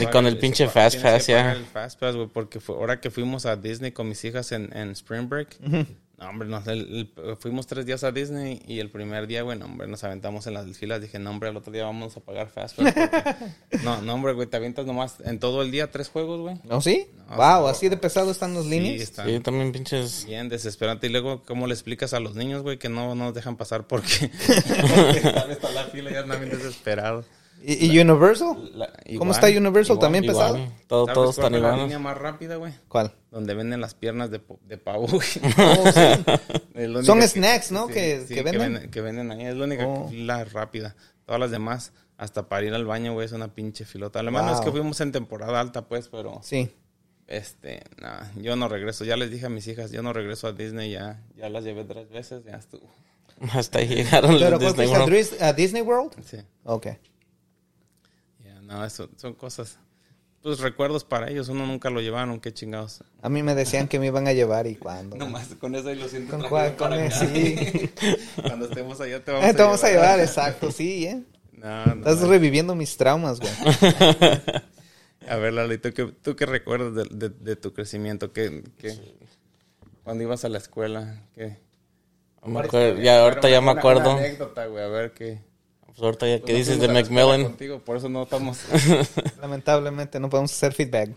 *laughs*
Ni con el pinche
Tienes
Fast
que
Pass
pagar
ya.
El Fast Pass, güey, porque fue- ahora que fuimos a Disney con mis hijas en, en Spring Break. No, hombre, nos, el- el- fuimos tres días a Disney y el primer día, güey, no, hombre, nos aventamos en las filas. Dije, no, hombre, al otro día vamos a pagar Fast Pass. porque-
*laughs*
no, no, hombre, güey, te avientas nomás en todo el día tres juegos, güey.
¿No, sí?
No,
wow,
no.
así de pesado están los líneas.
Sí, está
Sí, también pinches.
bien desesperante. Y luego, ¿cómo le explicas a los niños, güey, que no nos dejan pasar
*laughs*
porque, porque están hasta la fila y andan bien desesperados?
¿Y, y Universal?
La-
¿Cómo
igual,
está Universal?
igual,
¿También
igual,
pesado?
güey. Todo,
¿Sabes
todos
cuál fue
están
La
iguales.
línea más rápida, güey. *laughs*
¿Cuál?
Donde venden las piernas de, po- de pavo,
*laughs*
güey.
Oh, sí.
Es la única
Son
que-
snacks, ¿no? que- que venden.
Que venden ahí. Es la única
Oh.
fila rápida. Todas las demás, hasta para ir al baño, güey, es una pinche filota. Además, no es
Wow.
que fuimos en temporada alta, pues, pero...
Sí.
Este, nah, yo no regreso. Ya les dije a mis hijas, yo no regreso a Disney. Ya, ya las llevé tres veces, ya estuvo.
*laughs* Hasta ahí llegaron
¿Pero cuál
los Disney
fuiste a
World.
Dris- a Disney World?
Sí.
Ok.
Ya, no, eso, son cosas... Pues recuerdos para ellos. Uno nunca lo llevaron, qué chingados.
A mí me decían que me iban a llevar y cuándo.
Nomás con eso y lo siento.
Con
traído
cuál-
para
con
acá.
ese,
*laughs*
sí.
Cuando estemos allá te vamos,
Eh, Te vamos a llevar, exacto, sí, ¿eh?
No, no.
Estás reviviendo mis traumas, güey.
*laughs* A ver, Lali, ¿tú qué, tú qué recuerdas de, de- de tu crecimiento? ¿Qué, qué- Cuando ibas a la escuela, ¿qué?
Me acuerdo- ya, ahorita ya me
Una-
acuerdo.
Una anécdota, güey, a ver qué.
Pues ahorita ya que
No
dices
fuimos
de
a la escuela
Macmillan.
Contigo, por eso no estamos.
Lamentablemente no podemos hacer feedback.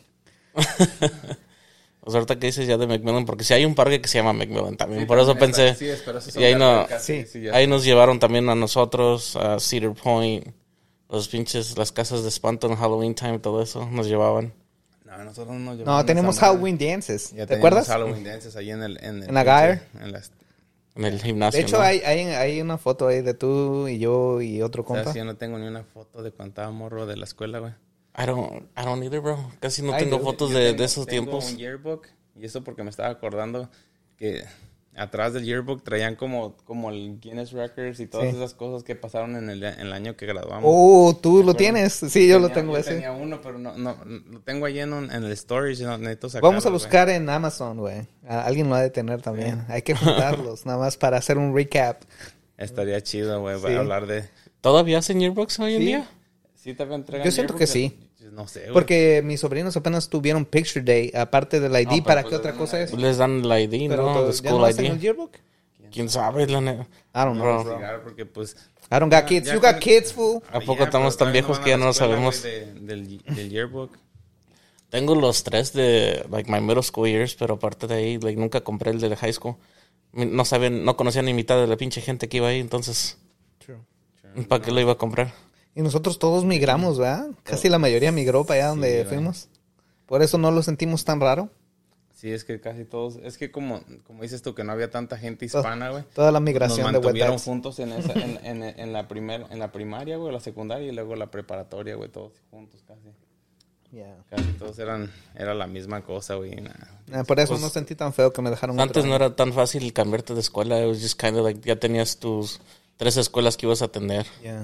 Pues ahorita que dices ya de Macmillan, porque si hay un parque que se llama Macmillan también. por eso pensé.
Sí, es, pero eso son
y ahí no-
caricas,
sí,
ya.
Ahí nos llevaron también a nosotros, a Cedar Point, los pinches, las casas de espanto en Halloween time, todo eso, nos llevaban.
No, nosotros no nos llevamos
No,
a
tenemos
esa madre.
Halloween dances.
Ya
¿Te
teníamos
acuerdas?
Halloween dances ahí en el. En, el
En la Gyre.
pinche- En las-
En el gimnasio.
De hecho,
¿no?
hay, hay, hay una foto ahí de tú y yo y otro compa.
¿Sabes? Yo no tengo ni una foto de cuando estaba morro de la escuela, güey.
I don't, I don't either, bro. Casi no
Ay,
tengo
dude,
fotos
Yo
de,
tengo-
de esos
tengo
tiempos.
un yearbook, y eso porque me estaba acordando que atrás del yearbook traían como, como el Guinness Records y todas
Sí.
esas cosas que pasaron en el, en el año que graduamos.
Oh, tú lo
acuerdas?
tienes. Sí, yo lo
Tenía-
tengo ese.
Tenía uno, pero no, no, lo tengo ahí en, un- en el storage, no, necesito sacarlo,
Vamos a
güey.
buscar en Amazon, güey. A- Alguien lo ha de tener también. Hay que
*laughs*
juntarlos, nada más para hacer un recap.
Estaría chido, güey, para
Sí.
hablar de...
¿Todavía hacen yearbooks hoy en
Sí.
día?
Sí, te entregan
Yo siento que
yearbooks?
sí.
No sé, güey.
Porque mis sobrinos apenas tuvieron Picture Day, aparte del ID, ¿para
pues,
qué otra cosa es?
Les dan el ID,
Pero
¿no?
to-
El
¿ya no
school
hacen el
ID.
yearbook?
¿Quién sabe? La ne-
I don't know.
Bro.
Investigar, Porque, pues...
I don't got kids.
ya
You got
con-
kids, fool.
¿A
ya,
poco
pero
estamos tan
todavía
viejos
van
que ya
a la
no lo
escuela,
sabemos?
güey, de- del, del yearbook.
Tengo los tres de, like, my middle school years, pero aparte de ahí, like, nunca compré el del high school. Mi- No sabían, no conocía ni mitad de la pinche gente que iba ahí, entonces, ¿para qué lo iba a comprar?
Y nosotros todos migramos, ¿verdad? Casi la mayoría migró para allá donde
¿verdad?
fuimos. Por eso no lo sentimos tan raro.
Sí, es que casi todos... Es que como, como dices tú, que no había tanta gente hispana, güey.
Toda la
Nos
Oh, migración de
mantuvieron
Wetbacks.
juntos en, esa,
*laughs*
en, en, en la primer, en la primaria, güey, la secundaria y luego la preparatoria, güey, todos juntos casi.
Yeah.
Casi todos eran... Era la misma cosa, güey. y nada.
Ah, por
Pues,
eso no sentí tan feo que me dejaron
Antes
otro
no era tan fácil cambiarte de escuela, it was just kinda like, ya tenías tus tres escuelas que ibas a tener.
año. Yeah.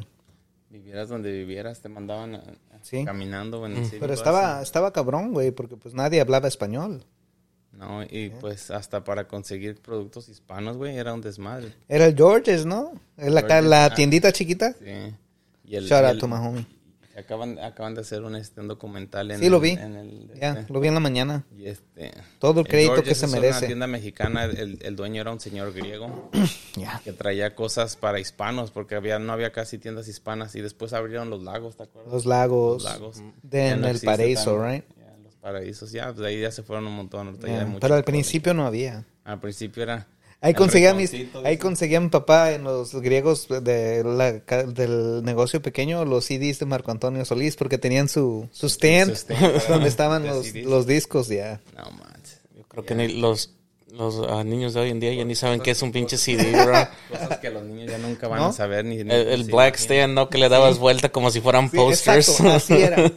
Vivieras donde vivieras, te mandaban a- a-
Sí.
caminando
Mm.
en el City pues,
Pero
Bus,
estaba, estaba cabrón, güey, porque pues nadie hablaba español.
No, y pues hasta para conseguir productos hispanos, güey, era un desmadre.
Era el George's, ¿no? Es la, ca-
George's,
la
ah.
tiendita chiquita.
Sí. Y el,
Shout
y
out
el-
to my homie.
Acaban, acaban de hacer un, este, un documental en
Sí, lo
el-
vi.
en el-
Ya, lo vi en la mañana.
Y este,
Todo el
en
crédito
Georgia's
que se
es
merece.
una tienda mexicana, el, el dueño era un señor griego
Ya.
que traía cosas para hispanos porque había no había casi tiendas hispanas y después abrieron los lagos, ¿te acuerdas?
Los lagos.
lagos.
De
Ya
en
no
el
existe
paraíso,
tan-
right?
ya, los paraísos, ya, de ahí ya se fueron un montón. ahorita ya
Ya,
hay mucho
Pero al
por ahí.
principio no había.
Al principio era...
Ahí
el
conseguía, mis,
rinconcito,
ahí
dice.
conseguía mi papá en los griegos de la ca- del negocio pequeño los CDs de Marco Antonio Solís porque tenían su, su stand,
Su
*laughs*
stand para
donde estaban
los
los,
CDs.
los discos ya.
No manches.
Yo creo que ni los, los ah, niños de hoy en día ya ni saben qué es un pinche CD, bro.
Cosas que los niños ya nunca van
¿No?
a saber ni...
El, el Black Stand, ¿no? Que le dabas vuelta como si fueran
Sí,
posters.
exacto, así era.
*laughs*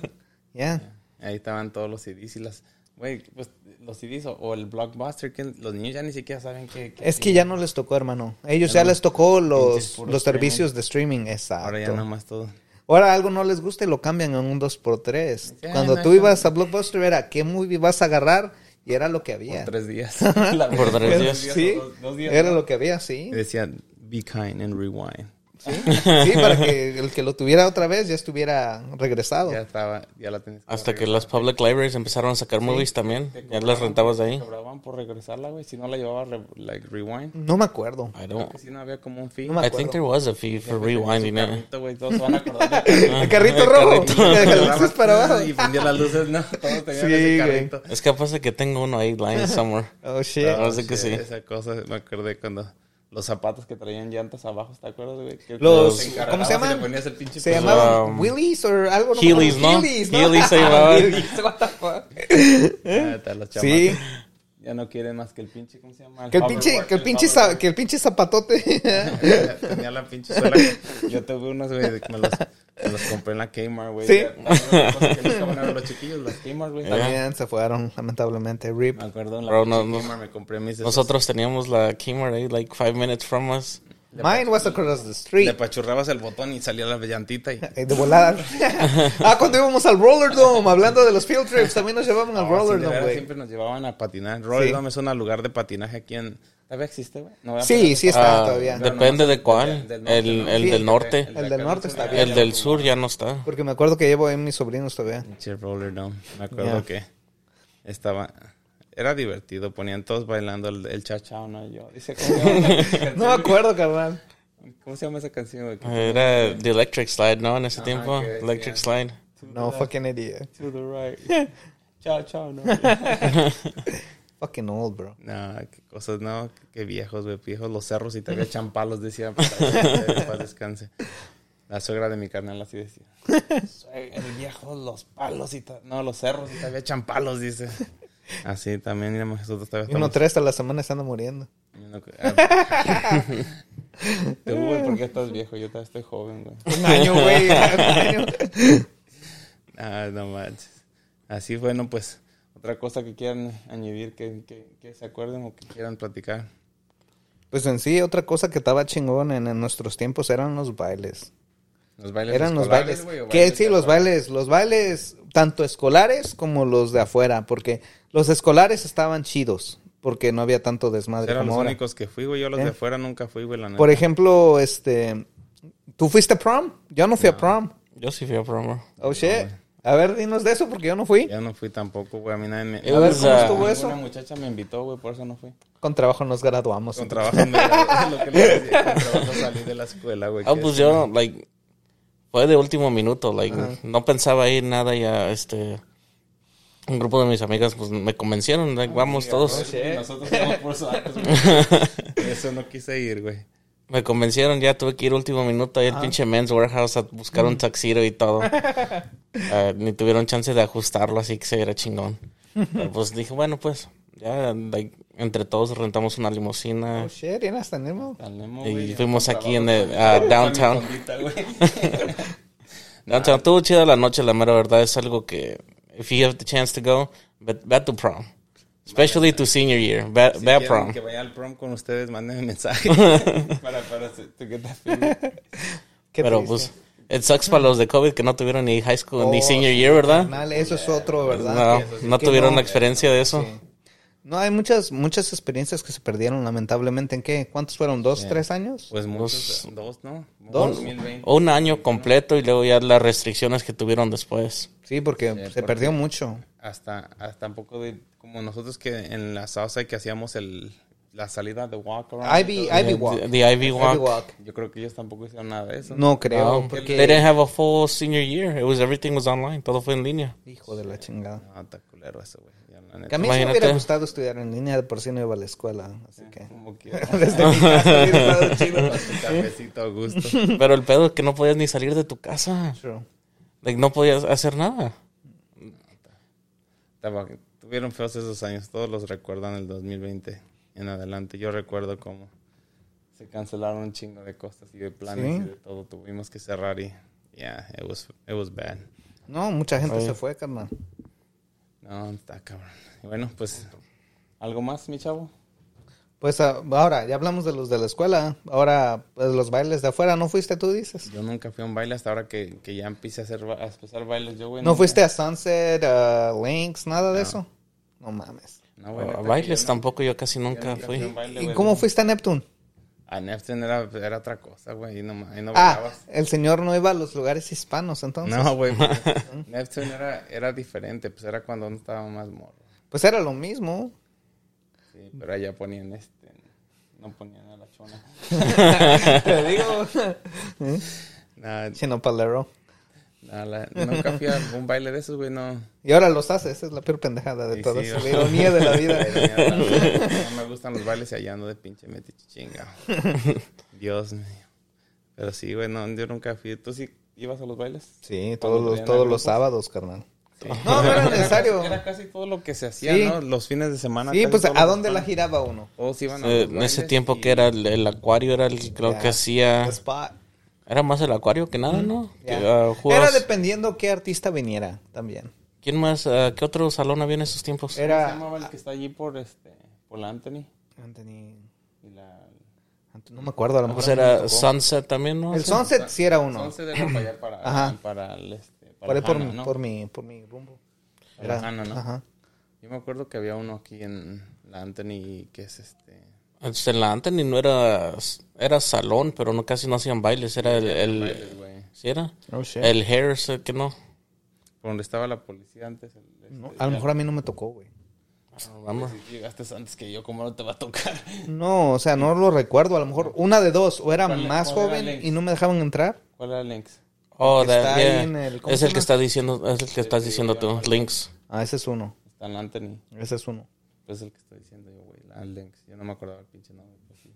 Ya.
Ahí estaban todos los CDs y las... Güey, pues los CDs o, o el Blockbuster, que los niños ya ni siquiera saben qué... qué
Es que ya no les tocó, hermano. Ellos ya les tocó los, los servicios de streaming. Exacto.
Ahora ya nada más todo.
Ahora algo no les gusta y lo cambian en un 2x3.
Sí,
Cuando
no,
tú
eso-
ibas a Blockbuster era qué movie vas a agarrar y era lo que había.
Por tres
*laughs*
días.
Por tres días.
Sí,
Dos- dos días,
era
¿no?
lo que había, sí.
Y decían, be kind and rewind.
Sí, sí, para que el que lo tuviera otra vez ya estuviera regresado.
Ya estaba, ya la tenías.
*laughs* Hasta que las public libraries empezaron a sacar movies también. Ya las rentabas de ahí.
cobraban por regresarla, güey. Si no la llevaba, re- like, rewind.
No me acuerdo.
I
Creo
don't...
que si no había como un fee.
No me
I think there was a fee for rewinding it.
Ahorita, güey, todos se van a
*laughs*
acordar de
El
*laughs*
carrito rojo. que de luces para abajo.
Y prendía las luces, no. Todos tenían
Sí,
ese
güey.
carrito.
Es capaz de que tengo uno
*laughs*
ahí lying somewhere.
Oh, shit.
Ah, Parece que sí.
Esa cosa, me acordé cuando los zapatos que traían llantas abajo, ¿te acuerdas, güey? Que
Los-
te encargabas
¿cómo se
y le
llaman?
ponías el pinche
Se
peso.
llamaban
um,
Willys o algo.
Heelys, ¿no?
Willys,
Heelys
*laughs*
se llamaban.
Heelys, what the fuck.
Ah, está, los
¿eh? Sí.
chamacos. Ya no quieren más que el pinche, ¿cómo se llama?
Que el pinche,
hoverboard,
que el pinche,
hoverboard.
za- que el pinche zapatote.
*laughs* Tenía la pinche suela. que- Yo tuve unos, güey, de que me los, me los compré en la Kmart, güey.
Sí. Eh.
Una cosa que nunca van a ver los chiquillos, las Kmart, güey.
*laughs* También se fueron, lamentablemente. Rip.
Me acuerdo en la
Bro,
pinche
no- no-
Kmart me compré mis... esos-
Nosotros teníamos la Kmart ahí, like five minutes from us.
Mine was across the
Le
street.
apachurrabas el botón y salía la llantita
*laughs*
y...
Eh, De volada. ah, cuando íbamos al Roller Dome, hablando de los field trips, también nos llevaban
No,
al
sí,
Roller
de
Dome,
veras,
güey.
siempre nos llevaban a patinar. Roller Dome es un lugar de patinaje aquí en... ¿Todavía existe, güey? No voy a
Sí,
poner-
sí está
Ah,
todavía.
Pero
Depende
no,
de
del-
cuál.
del norte,
El,
¿no?
el
Sí,
del norte.
El del norte está bien.
El del sur ya no está.
Porque me acuerdo que llevo ahí mis sobrinos todavía.
Pinche Roller Dome. Me acuerdo
Ya.
que estaba... Era divertido, ponían todos bailando el, el cha-cha, ¿no? Yo, dice, ¿cómo se llama esa canción? *laughs*
No me acuerdo, carnal.
¿Cómo se llama esa canción, güey?
Era The Electric Slide, ¿no? En ese tiempo.
que decía-
Electric Slide.
No, fucking idiot.
To the right. *laughs* chao, chao, no.
Fucking old, bro.
no, qué cosas, no. Qué viejos, güey. Viejos los cerros y *laughs* todavía champalos decían. Para que paz descanse. La suegra de mi carnal así decía. El viejo, los palos y tal. No, los cerros y todavía champalos, dice. Así también, mira, nosotros todavía
Y uno
estamos.
tres a la semana se anda muriendo.
No, ah. *laughs* Tú, güey, porque estás viejo. Yo todavía estoy joven, güey.
Un año, güey. un año.
Ah, no manches. Así, bueno, pues, otra cosa que quieran añadir, que, que, que se acuerden o que quieran platicar.
*laughs* Pues en sí, otra cosa que estaba chingón en, en nuestros tiempos eran los bailes.
Los bailes
Eran los
escolares,
bailes.
güey, o
Que
bailes
sí,
de
los
afuera.
bailes. Los bailes, tanto escolares como los de afuera. Porque los escolares estaban chidos. Porque no había tanto desmadre
Eran
como
los
ahora.
únicos que fui, güey. Yo los
Eh.
de afuera nunca fui, güey, la neta.
Por ejemplo, este. ¿Tú fuiste a prom? Yo no fui a prom.
Yo sí fui a promo.
Oh shit. A ver, dinos de eso porque yo no
e-
fui.
Ya no fui tampoco, güey. A mí nadie me...
It was,
¿cómo
uh,
estuvo? eso?
Una muchacha me invitó, güey, por eso no fui.
Con trabajo nos graduamos.
Con trabajo me... lo que le decía, con
*laughs*
trabajo salí de la escuela, güey.
Ah,
que
pues
es-
yo, like, fue de último minuto, like, no pensaba ir nada ya, este, un grupo de mis amigas, pues, me convencieron,
Ah,
like, vamos todos,
Y
*laughs*
Nosotros íbamos por eso antes, güey. Por *laughs* Eso no quise ir, güey.
me convencieron, ya tuve que ir último minuto
Ah.
ahí al pinche Men's Warehouse a buscar
Mm.
un taxiro
*laughs*
y todo, Ah, ni tuvieron chance de ajustarlo, así que se era chingón, Pero, pues dije, bueno, pues, ya, like, entre todos rentamos una limusina
Oh shit, ¿y hasta Nemo?
Salemos, güey.
y
ya.
fuimos aquí en
*laughs*
el, a downtown.
Fondita,
*laughs*
güey.
No, te- estuvo chida la noche, la mera verdad. Es algo que, if you have the chance to go, ve, ve a tu prom. Especially tu senior year. Ve, ve a
Quieren
prom.
Que vaya al prom con ustedes, mándenme
*laughs*
mensaje. para, para, to get that feeling.
Qué
Pero
triste.
pues, it sucks para los de COVID que no tuvieron ni high school ni
Oh,
senior year, ¿verdad?
Mal, eso es otro, ¿verdad?
No, no
Que
tuvieron
no.
la experiencia de eso.
No, hay muchas, muchas experiencias que se perdieron, lamentablemente. ¿En qué? ¿Cuántos fueron? ¿Dos,
Sí.
tres años?
Pues muchos, dos, ¿no?
Dos.
2020.
O un año completo y luego ya las restricciones que tuvieron después.
sí, porque
Sí,
se
porque-
perdió mucho.
Hasta, hasta un poco de, como nosotros que en la Southside que hacíamos el, la salida de walk around. y
Ivy,
todo.
Ivy
The-
Walk.
the- the Ivy Walk.
Yo creo que ellos tampoco hicieron nada de eso.
No creo,
No,
porque...
They didn't have a full senior year. It was everything was online. Todo fue en línea.
Hijo de la chingada.
No, está culero eso, güey. Ya, la
Que
neta.
a mí sí me hubiera
Imagínate.
gustado estudiar en línea, de por si no iba a la escuela, así
*laughs*
que... *laughs*
Como quieras.
Desde mi casa hubiera estado chido.
Tu cafecito a gusto.
*laughs*
Pero el pedo es que no podías ni salir de tu casa.
True.
Like, no podías hacer nada.
Estaba- tuvieron feos esos años, todos los recuerdan el 2020 en adelante. Yo recuerdo cómo se cancelaron un chingo de cosas y de planes
Sí.
y de todo. Tuvimos que cerrar y yeah, it was it was bad.
No, mucha gente se fue, carnal.
No, está cabrón. Y bueno, pues algo más, mi chavo.
Pues ah, ahora, ya hablamos de los de la escuela. Ahora, pues, los bailes de afuera, ¿no fuiste tú, dices?
Yo nunca fui a un baile hasta ahora que, que ya empecé a hacer ba- a empezar bailes yo, güey.
¿No fuiste a Sunset, a Lynx, nada de eso? No mames.
No, güey,
A
neta que
bailes
yo
tampoco, yo casi
no- yo
nunca
nunca fui a
fui. Eh,
un baile,
¿Y
güey.
cómo fuiste a Neptune?
A Neptune era, era otra cosa, güey. Ahí no, ahí no
Ah,
bailabas.
el señor no iba a los lugares hispanos, entonces.
No, güey. Neptune era, era diferente, pues era cuando uno estaba más morro.
Pues era lo mismo.
Sí, pero allá ponían este. No ponían a la chona.
Te digo.
Nah,
Chino Palero.
nah, la- nunca fui a un baile de esos, güey, no.
Y ahora los hace, esa es la peor pendejada de
Y
todas.
sí,
la
güey.
ironía de la
*laughs*
vida.
No me gustan los bailes y allá ando de pinche
*laughs*
metichinga. Dios mío. Pero sí, güey, no, yo nunca fui. ¿Tú sí ibas a los bailes?
Sí,
todos
todos
los-
los,
todos
todos
los
los sábados, carnal.
Sí.
No, no era necesario.
Era casi todo lo que se hacía,
Sí.
¿no? Los fines de semana.
Sí,
casi
pues
todos los
¿a dónde la
hispanos,
giraba uno?
Todos iban a
Eh,
los
en ese
bailes
tiempo
y-
que era el, el acuario, era el creo que
Ya.
hacía.
The spot.
Era más el acuario que nada, ¿no?
Ya.
Ah. Que, ah, who
Era
else?
dependiendo qué artista viniera también.
¿Quién más? ah, ¿Qué otro salón había en esos tiempos?
¿Cómo se
Era
llamaba el que está allí por este. por la Anthony?
Anthony,
Y la.
Ant- no me acuerdo, a lo
Pues
mejor
era Sunset también, ¿no?
el
Sí.
Sunset sí era uno.
Entonces era para allá para.
Ajá.
para el este. para
por ahí por,
Hanna,
mi-
¿no?
por mi por mi rumbo.
Para Hanna, ¿no?
Ajá.
Yo me acuerdo que había uno aquí en la Anthony que es este.
Antes En la Anthony no era, era salón, pero no casi no hacían bailes. Era el, el-
bailes, güey.
¿sí era?
Oh, shit.
El Harris, el que no.
Por donde estaba la policía antes. el- este,
No, a lo mejor a mí no me tocó, güey. Ah,
Vamos.
Si llegaste antes que yo, ¿cómo no te va a tocar?
No, o sea, no lo recuerdo. A lo mejor una de dos. O era
¿Cuál-
más
cuál era
joven
el-
y no me dejaban entrar.
¿Cuál era el Lynx?
Oh,
que está
that-
ahí
yeah.
en el- ¿cómo
es
se
el que
llama?
está diciendo, es el que estás diciendo tú, Links.
Ah, ese es uno.
Está en la Anthony.
Ese es uno.
Es el que estoy diciendo yo, güey. La Lynx. Yo no me acordaba el pinche nombre. pues sí.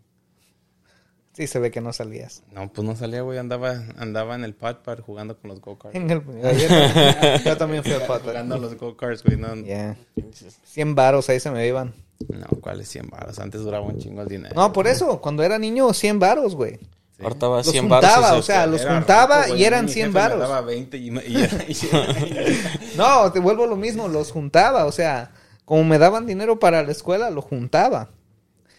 Sí, se ve que no salías.
No, pues no salía, güey. Andaba, andaba en el pad pad jugando con los go-karts.
En el- ayer- yo también fui a pata.
Jugando a los go-karts, güey. No,
Yeah. 100 varos ahí se me iban.
no ¿cuáles 100 baros? Antes duraba un chingo el dinero.
No, por eso, cuando era niño, 100 varos, güey.
Sí.
Ahorita va a
Los
100 baros.
juntaba,
y
o
se-
sea, los
Era
juntaba
rico, güey,
y eran
mi
100
jefe me
varos.
daba 20 y me- y- y-
No, te vuelvo a lo mismo, los juntaba, o sea, como me daban dinero para la escuela, lo juntaba,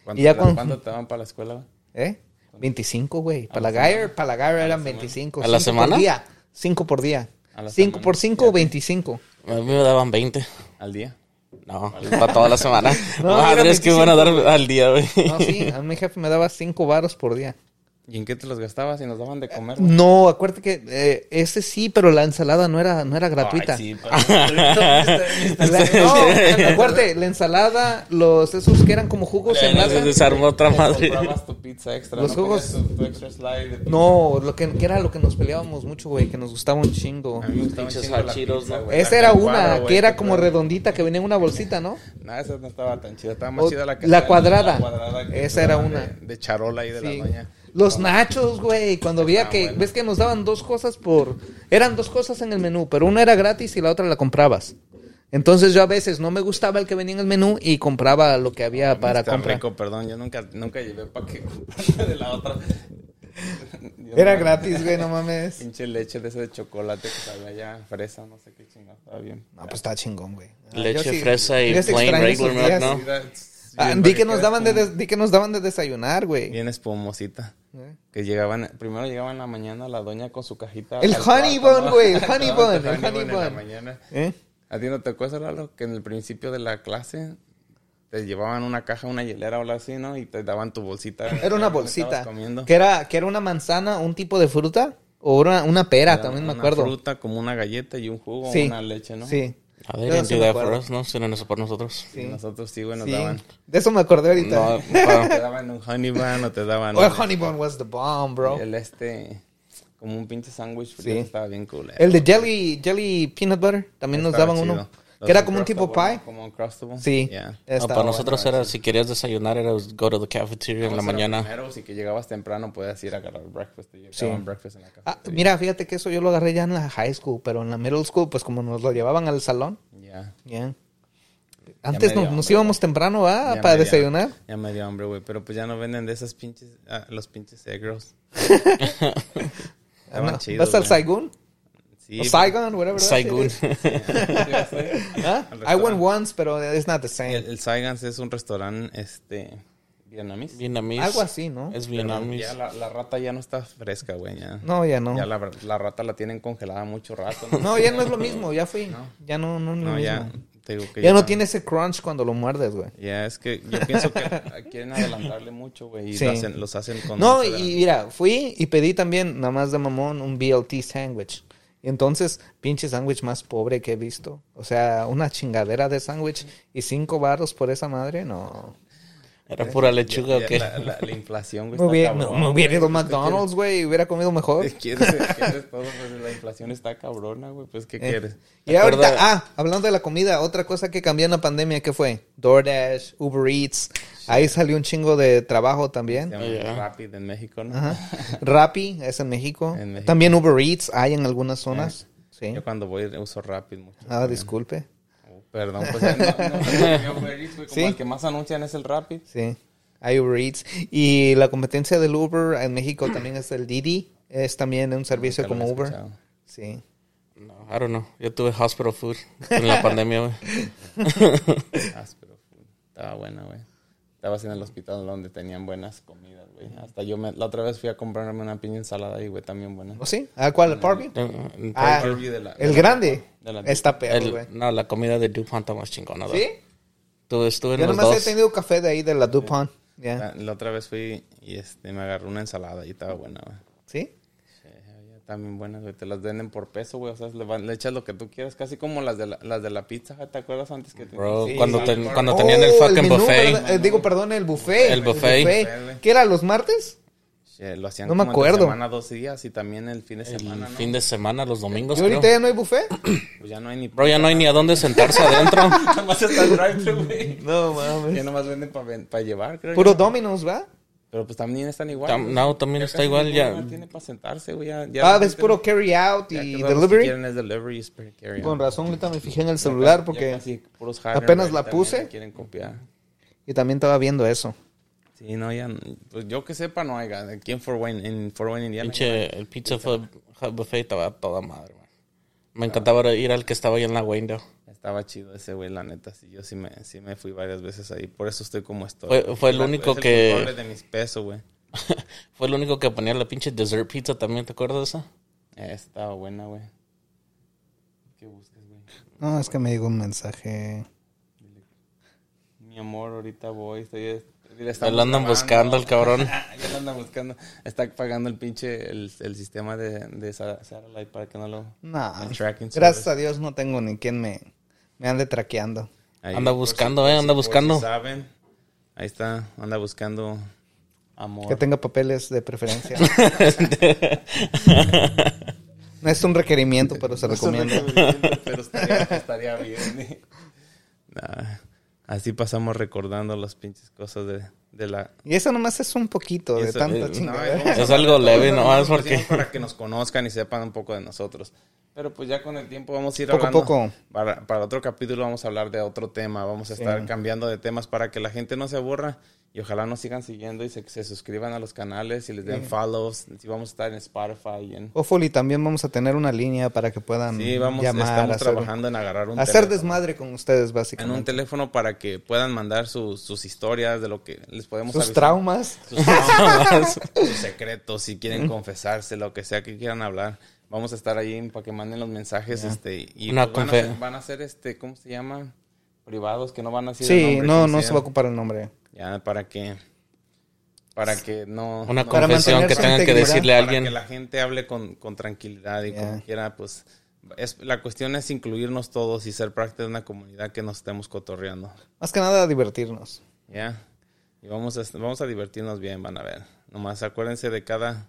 ¿Cuánto,
Y ya
te-
cuando-
cuánto te daban para la escuela? güey?
¿eh? 25, güey. Para la Gayer, para la Gayer eran 25.
¿A la
cinco
semana?
Por día, 5 por día.
A la
5
semana.
por 5, 25.
A mí me daban 20.
¿Al día?
*laughs*
No, para toda la semana. *laughs*
No,
Madre,
era
es que me van a dar al
*laughs*
día, güey.
No, sí, a mi jefe me daba 5 varos por día.
¿Y en qué te los gastabas y nos daban de comer? güey?
No, acuérdate que eh, ese sí, pero la ensalada no era, no era gratuita.
Ay, sí, *laughs* pero- *laughs*
La- no, acuérdate, la ensalada, los esos que eran como jugos en
Se
lata.
desarmó otra madre.
Comprabas tu pizza extra.
Los
¿no?
jugos-
Tenías Tu, tu extra slide de pizza.
No, lo que, que era lo que nos peleábamos mucho, güey, que nos gustaba un chingo.
A mí me gustaba
Pinches
un chingo la
hachiros,
pizza,
¿no?
Ah, güey,
Esa
la
era
con
una,
cuadro, güey,
que era como redondita, que venía en una bolsita, ¿no?
No, esa no estaba tan chida. Estaba más
O-
chida la que
la
hacían,
cuadrada.
que
Esa era
daban
una.
De, de charola ahí de
Sí.
la doña.
Los nachos, güey, cuando veía
Ah,
que,
bueno.
ves que nos daban dos cosas por, eran dos cosas en el menú, pero una era gratis y la otra la comprabas. Entonces yo a veces no me gustaba el que venía en el menú y compraba lo que había
Ah,
para
Está
comprar.
rico, perdón. Yo nunca, nunca llevé para que *laughs* de la otra. Yo
Era
no-
gratis, güey,
*laughs*
no mames.
Pinche leche de ese de chocolate que sabía ya fresa, no sé qué chingada. Estaba bien.
No, pues está chingón, güey. Ah,
Leche,
yo sí-
fresa y
yo sí
plain
extraño
regular
esos
milk,
días.
¿no?
Ah, di, que nos daban de des- di que nos daban de desayunar, güey.
Bien espumosita.
¿Eh?
Que llegaban, primero llegaban en la mañana la doña con su cajita.
El
al
honey
cuarto,
bun,
¿no? *laughs*
güey, el honey
Daban
bun, el honey
en la
bun.
mañana.
¿Eh?
¿A ti no te acuerdas, Lalo, que en el principio de la clase te llevaban una caja, una hielera o algo así, ¿no? Y te daban tu bolsita.
*laughs* Era una bolsita. Que era, que era una manzana, un tipo de fruta. O una, una pera, también me acuerdo.
Una fruta como una galleta y un jugo,
Sí.
una leche, ¿no?
Sí.
A
Yo no sé,
ver,
me
identidad
acuerdo.
for us, ¿no? Serán eso
*laughs*
para nosotros.
Y nosotros sí, güey, nos
Sí. *laughs*
daban.
De eso me acordé ahorita.
No,
Te
para-
daban un honey bun o te daban el-
Well, Honey Bun was the bomb, bro.
el este, como un pinche sándwich, frío,
Sí.
estaba bien cool. eh.
El de jelly, jelly peanut butter, también nos
Estaba
daban
chido.
uno.
Los
Que era como un tipo
Uncrustables,
pie.
¿no? Como un crustable.
Sí.
no, Ah, para nosotros era, si querías desayunar, era go to the cafeteria en la mañana.
si que llegabas temprano podías ir a agarrar breakfast. Y llegaban breakfast en la casa.
Ah, mira, fíjate que eso yo lo agarré ya en la high school, pero en la middle school, pues como nos lo llevaban al salón.
Ya.
ya. Antes
me
no-
dio
nos
hambre,
íbamos temprano, ¿ah?
Ya
Para
me dio-
desayunar.
Ya me dio hambre, güey. Pero pues ya no venden de esas pinches, ah, los pinches egg
*laughs*
rolls. Estaban
Ah, no.
chidos,
¿Vas al
güey.
Saigon?
Sí, pues, *laughs*
o Saigon, whatever. that
Saigon.
shit is. *laughs* ¿Ah? I
restaurante.
went once, pero it's not the same.
El, el Saigon es un restaurante, este, vietnamés.
Vietnamese.
Algo así, ¿no?
Es
Pero
vietnamese.
Ya la, la rata ya no está fresca, güey. Ya,
No, ya no.
ya la, la rata la tienen congelada mucho rato.
No, ya no es lo mismo, ya fui. Ya no, no, es
*laughs*
lo
No,
mismo.
ya, te digo que
Ya no
tam-
tiene ese crunch cuando lo muerdes, güey.
Ya, es que yo pienso que quieren adelantarle mucho, güey. Y
Sí.
lo hacen- los hacen con...
No,
mucho
y
adelanto.
mira, fui y pedí también, nada más de mamón, un BLT sandwich. Y entonces, pinche sándwich más pobre que he visto. O sea, una chingadera de sándwich y cinco barros por esa madre, no.
Era pura lechuga,
Ya,
¿o qué?
La, la- la inflación,
*laughs*
güey,
Me
Pues está
hubiera,
cabrón.
me- me hubiera ido a McDonald's, güey, y hubiera comido mejor.
¿Qué quieres? ¿Qué quieres todo? Pues la inflación está cabrona, güey. Pues, ¿qué
Eh.
quieres?
Y ahorita,
Recuerda-
ah, hablando de la comida, otra cosa que cambió en la pandemia, ¿qué fue? DoorDash, Uber Eats. Ahí salió un chingo de trabajo también.
Se llama
Ya.
Rapid en México, ¿no?
Ajá. Rappi es en México.
En México. Eh,
También Uber Eats hay en algunas zonas.
*laughs*
Sí.
Yo cuando voy uso Rapid mucho.
Ah, disculpe.
Oh, perdón, pues ya no, no,
*laughs*
yo, güey, güey, como
Sí.
el que más anuncian es el Rapid.
Sí. Hay Uber Eats. Y la competencia del Uber en México también es el Didi. Es también un servicio
Nunca lo
como
he
Uber.
escuchado.
Sí.
No, I don't know. Yo tuve hospital food en la pandemia, güey.
Áspero, güey. Estaba buena, güey. Estabas en el hospital donde tenían buenas comidas, güey. Hasta yo me, la otra vez fui a comprarme una piña ensalada ahí, güey, también buena.
¿O sí? ¿A cuál? ¿El Parview?
En-
Ah,
Parkview de la- de
el
la-
grande.
de la-
Está perro,
el-
güey.
no, la comida de DuPont está más chingona, güey.
¿Sí?
Tú estuve en
Yo
los
nomás he
dos.
tenido café de ahí, de la DuPont. Ya.
La, la otra vez fui y este, me agarré una ensalada y estaba buena, güey.
¿Sí?
Eh, había También buenas, güey. Te las venden por peso, güey. O sea, le, van- le echas lo que tú quieras. Casi como las de la, las de la pizza, Hut, ¿te acuerdas antes que te-
Bro,
Sí,
cuando,
sí,
ten-
sí.
cuando tenían el
Oh,
fucking
menú,
buffet.
¿verdad? Eh, digo, perdón, el buffet.
El buffet.
¿Qué era, los martes?
Eh, lo hacían
No me
como
acuerdo.
entre semana, dos días y también el fin de semana,
El
¿no?
fin de semana, los domingos,
¿Y ahorita
creo.
ya no
*coughs*
hay buffet?
Pues ya no hay ni... *laughs*
Bro, ya no hay ni a dónde sentarse adentro. *laughs*
Nomás está el drive-thru,
*laughs*
güey.
No, mames.
Ya nomás venden para llevar, creo.
Pues. Puro
yo.
Domino's, ¿va?
Pero pues también están igual.
Tam-
güey.
no, también
Ya
está
casi
igual,
ningún
ya.
lugar tiene para sentarse, güey. Ya, ya
Ah,
la
ves
gente-
puro carry out
ya que
y
todos los que
delivery.
quieren es delivery, es para carry
Con
out.
razón, ahorita me fijé en el celular
Ya
porque...
casi puros hardware,
apenas la
también
puse.
se Quieren copiar.
Y también estaba viendo eso.
Sí, no, ya. Pues yo que sepa, no hay. güey. Aquí en Fort Wayne, en Fort Wayne, Indiana.
Pinche, el pizza Hut Hut buffet estaba a toda madre, güey. Me encantaba ir al que estaba ahí en la window.
Estaba chido ese güey, la neta. Sí, yo sí me, sí me fui varias veces ahí. Por eso estoy como estoy.
Fue- fue el
La-
único
es el
que-
culpable de mis pesos, güey.
*laughs* Fue el único que ponía la pinche dessert pizza también, ¿te acuerdas de esa?
Eh, estaba buena, güey. ¿Qué buscas, güey?
No, es que me llegó un mensaje.
Mi amor, ahorita voy. Estoy. Le
Me lo andan buscando el cabrón.
*laughs* Ya lo andan buscando. Está pagando el pinche el, el sistema de, de sa- satellite para que no lo.
No.
El tracking service.
Gracias a Dios no tengo ni quien me, me ande traqueando.
Ahí,
Anda
por
buscando, eh, anda
por
buscando.
si saben, ahí está, anda buscando
Que
amor.
tenga papeles
*laughs*
de preferencia. no es un requerimiento, pero se recomienda.
Pero estaría, estaría bien. ¿eh? Nah, así pasamos recordando las pinches cosas de, de la.
Y eso nomás es un poquito de
Eso- eh,
tanta
no,
chingada.
vamos a
Es
hablar
algo
de todo,
leve
¿no?
nomás,
Lo hicimos
porque-
Para que nos conozcan y sepan un poco de nosotros. Pero pues ya con el tiempo vamos a ir
Poco a
hablando.
poco.
Para, para otro capítulo vamos a hablar de otro tema. Vamos a estar cambiando de temas para que la gente no se aburra. Y ojalá nos sigan siguiendo y se, se suscriban a los canales y les den follows. Si vamos a estar en Spotify y en...
Hopefully también vamos a tener una línea para que puedan
Sí, vamos,
llamar,
estamos
hacer,
trabajando en agarrar un
hacer
teléfono.
desmadre con ustedes
En un
básicamente.
teléfono para que puedan mandar sus- sus historias de lo que les podemos
Sus
avisar.
traumas.
sus
*laughs*
traumas, sus secretos, si quieren confesarse, lo que sea que quieran hablar. Vamos a estar ahí para que manden los mensajes, este, y
Una
pues, van, a
confe-
ser, van a ser, este, ¿cómo se llama? privados que no van a decir el
Sí,
nombre
no, no
sincero.
se va a ocupar el nombre.
Ya, para que. Para que no.
Una
no-
Para
confesión
mantener
que
su
tengan que
integridad.
decirle a
para
alguien.
que la gente hable con, con tranquilidad y como
Ya.
quiera, pues. Es, la cuestión es incluirnos todos y ser parte de una comunidad que nos estemos cotorreando.
Más que nada divertirnos.
Ya. Y vamos a, vamos a divertirnos bien, van a ver. Nomás acuérdense de cada.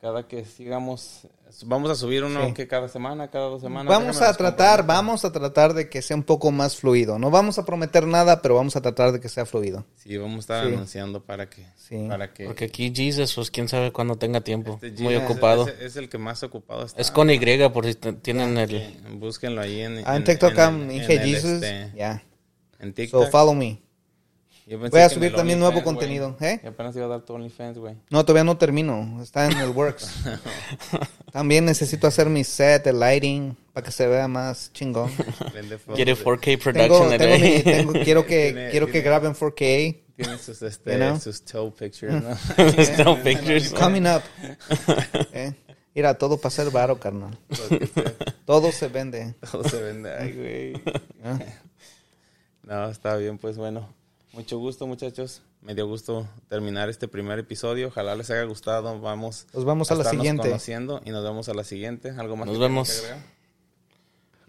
Cada que sigamos. Vamos a subir uno
Sí.
que cada semana, cada dos semanas.
Vamos
Déjenme
a
los
tratar,
compromisos.
vamos a tratar de que sea un poco más fluido. No vamos a prometer nada, pero vamos a tratar de que sea fluido.
Sí, vamos a estar
Sí.
anunciando para que.
Sí.
Para que.
Porque aquí Jesus, pues quién sabe cuándo tenga tiempo.
este Ah.
Muy
Gina es-
ocupado.
Es, es el que más ocupado está.
Es con Y por si te- tienen el...
Sí, Búsquenlo ahí en.
Ah, en
en-
TikTok,
en
I'm
el-
Inge
en el,
Jesus.
este,
Ya.
En
So
TikTok.
follow me.
Yo pensé
Voy
que
a
en
subir
el
también nuevo
OnlyFans, güey.
contenido, ¿eh?
Yo apenas iba a dar tu OnlyFans, güey.
No, todavía no termino. Está en el
*laughs*
works. También necesito hacer mi set, el lighting, para que se vea
*laughs*
más chingón.
Vende fotos
Quiere
de-
4K
Tengo,
Production.
tengo
LA. *laughs*
mi- tengo- quiero que,
Tiene-
quiero que
tiene-
graben 4K.
Tiene sus, este,
You know?
sus toe pictures,
*laughs*
¿no? *laughs*
No pictures.
Coming up. Eh, Mira, todo para ser varo, carnal.
Porque se-
Todo se vende.
todo se vende. Ay, güey.
¿eh?
No, está bien, pues bueno. Mucho gusto, muchachos. Me dio gusto terminar este primer episodio. Ojalá les haya gustado. Vamos
Nos vamos a la
estarnos
siguiente.
conociendo y nos vemos a la siguiente. Algo más.
Nos
que tengan
vemos.
que agregar?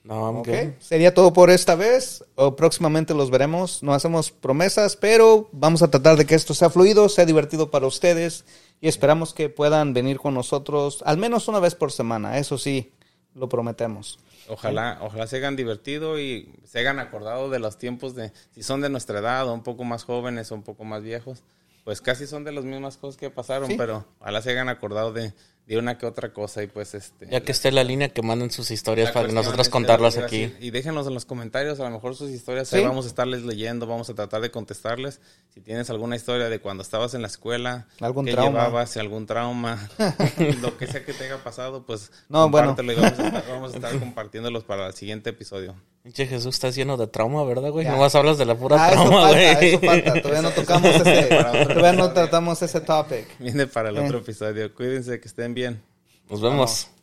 No, I'm
Ok,
good.
Sería todo por esta vez. O próximamente los veremos. No hacemos promesas, pero vamos a tratar de que esto sea fluido, sea divertido para ustedes. Y esperamos que puedan venir con nosotros al menos una vez por semana. Eso sí, lo prometemos.
Ojalá, ojalá se hayan divertido y se hayan acordado de los tiempos de si son de nuestra edad o un poco más jóvenes o un poco más viejos, pues casi son de las mismas cosas que pasaron,
Sí.
pero ojalá se hayan acordado de, de una que otra cosa y pues este
Ya que esté la línea, que manden sus historias
la
para
cuestión
nosotros
es
contarlas
decir,
aquí.
así, Y déjenos en los comentarios, a lo mejor sus historias,
Sí.
ahí vamos a estarles leyendo, vamos a tratar de contestarles. Si tienes alguna historia de cuando estabas en la escuela,
Algún
qué
trauma.
llevabas, algún trauma, *laughs* lo que sea que te haya pasado, pues
No, bueno.
compártelo y vamos a, estar, vamos a estar compartiéndolos para el siguiente episodio.
Pinche Jesús, estás lleno de trauma, ¿verdad, güey?
Ya.
Nomás hablas de la pura
Ah, eso
trauma,
falta, eso
güey.
falta. Todavía no tocamos ese, todavía no tratamos ese topic.
Viene para el
Eh.
otro episodio. Cuídense, que estén bien.
*laughs* Nos vemos.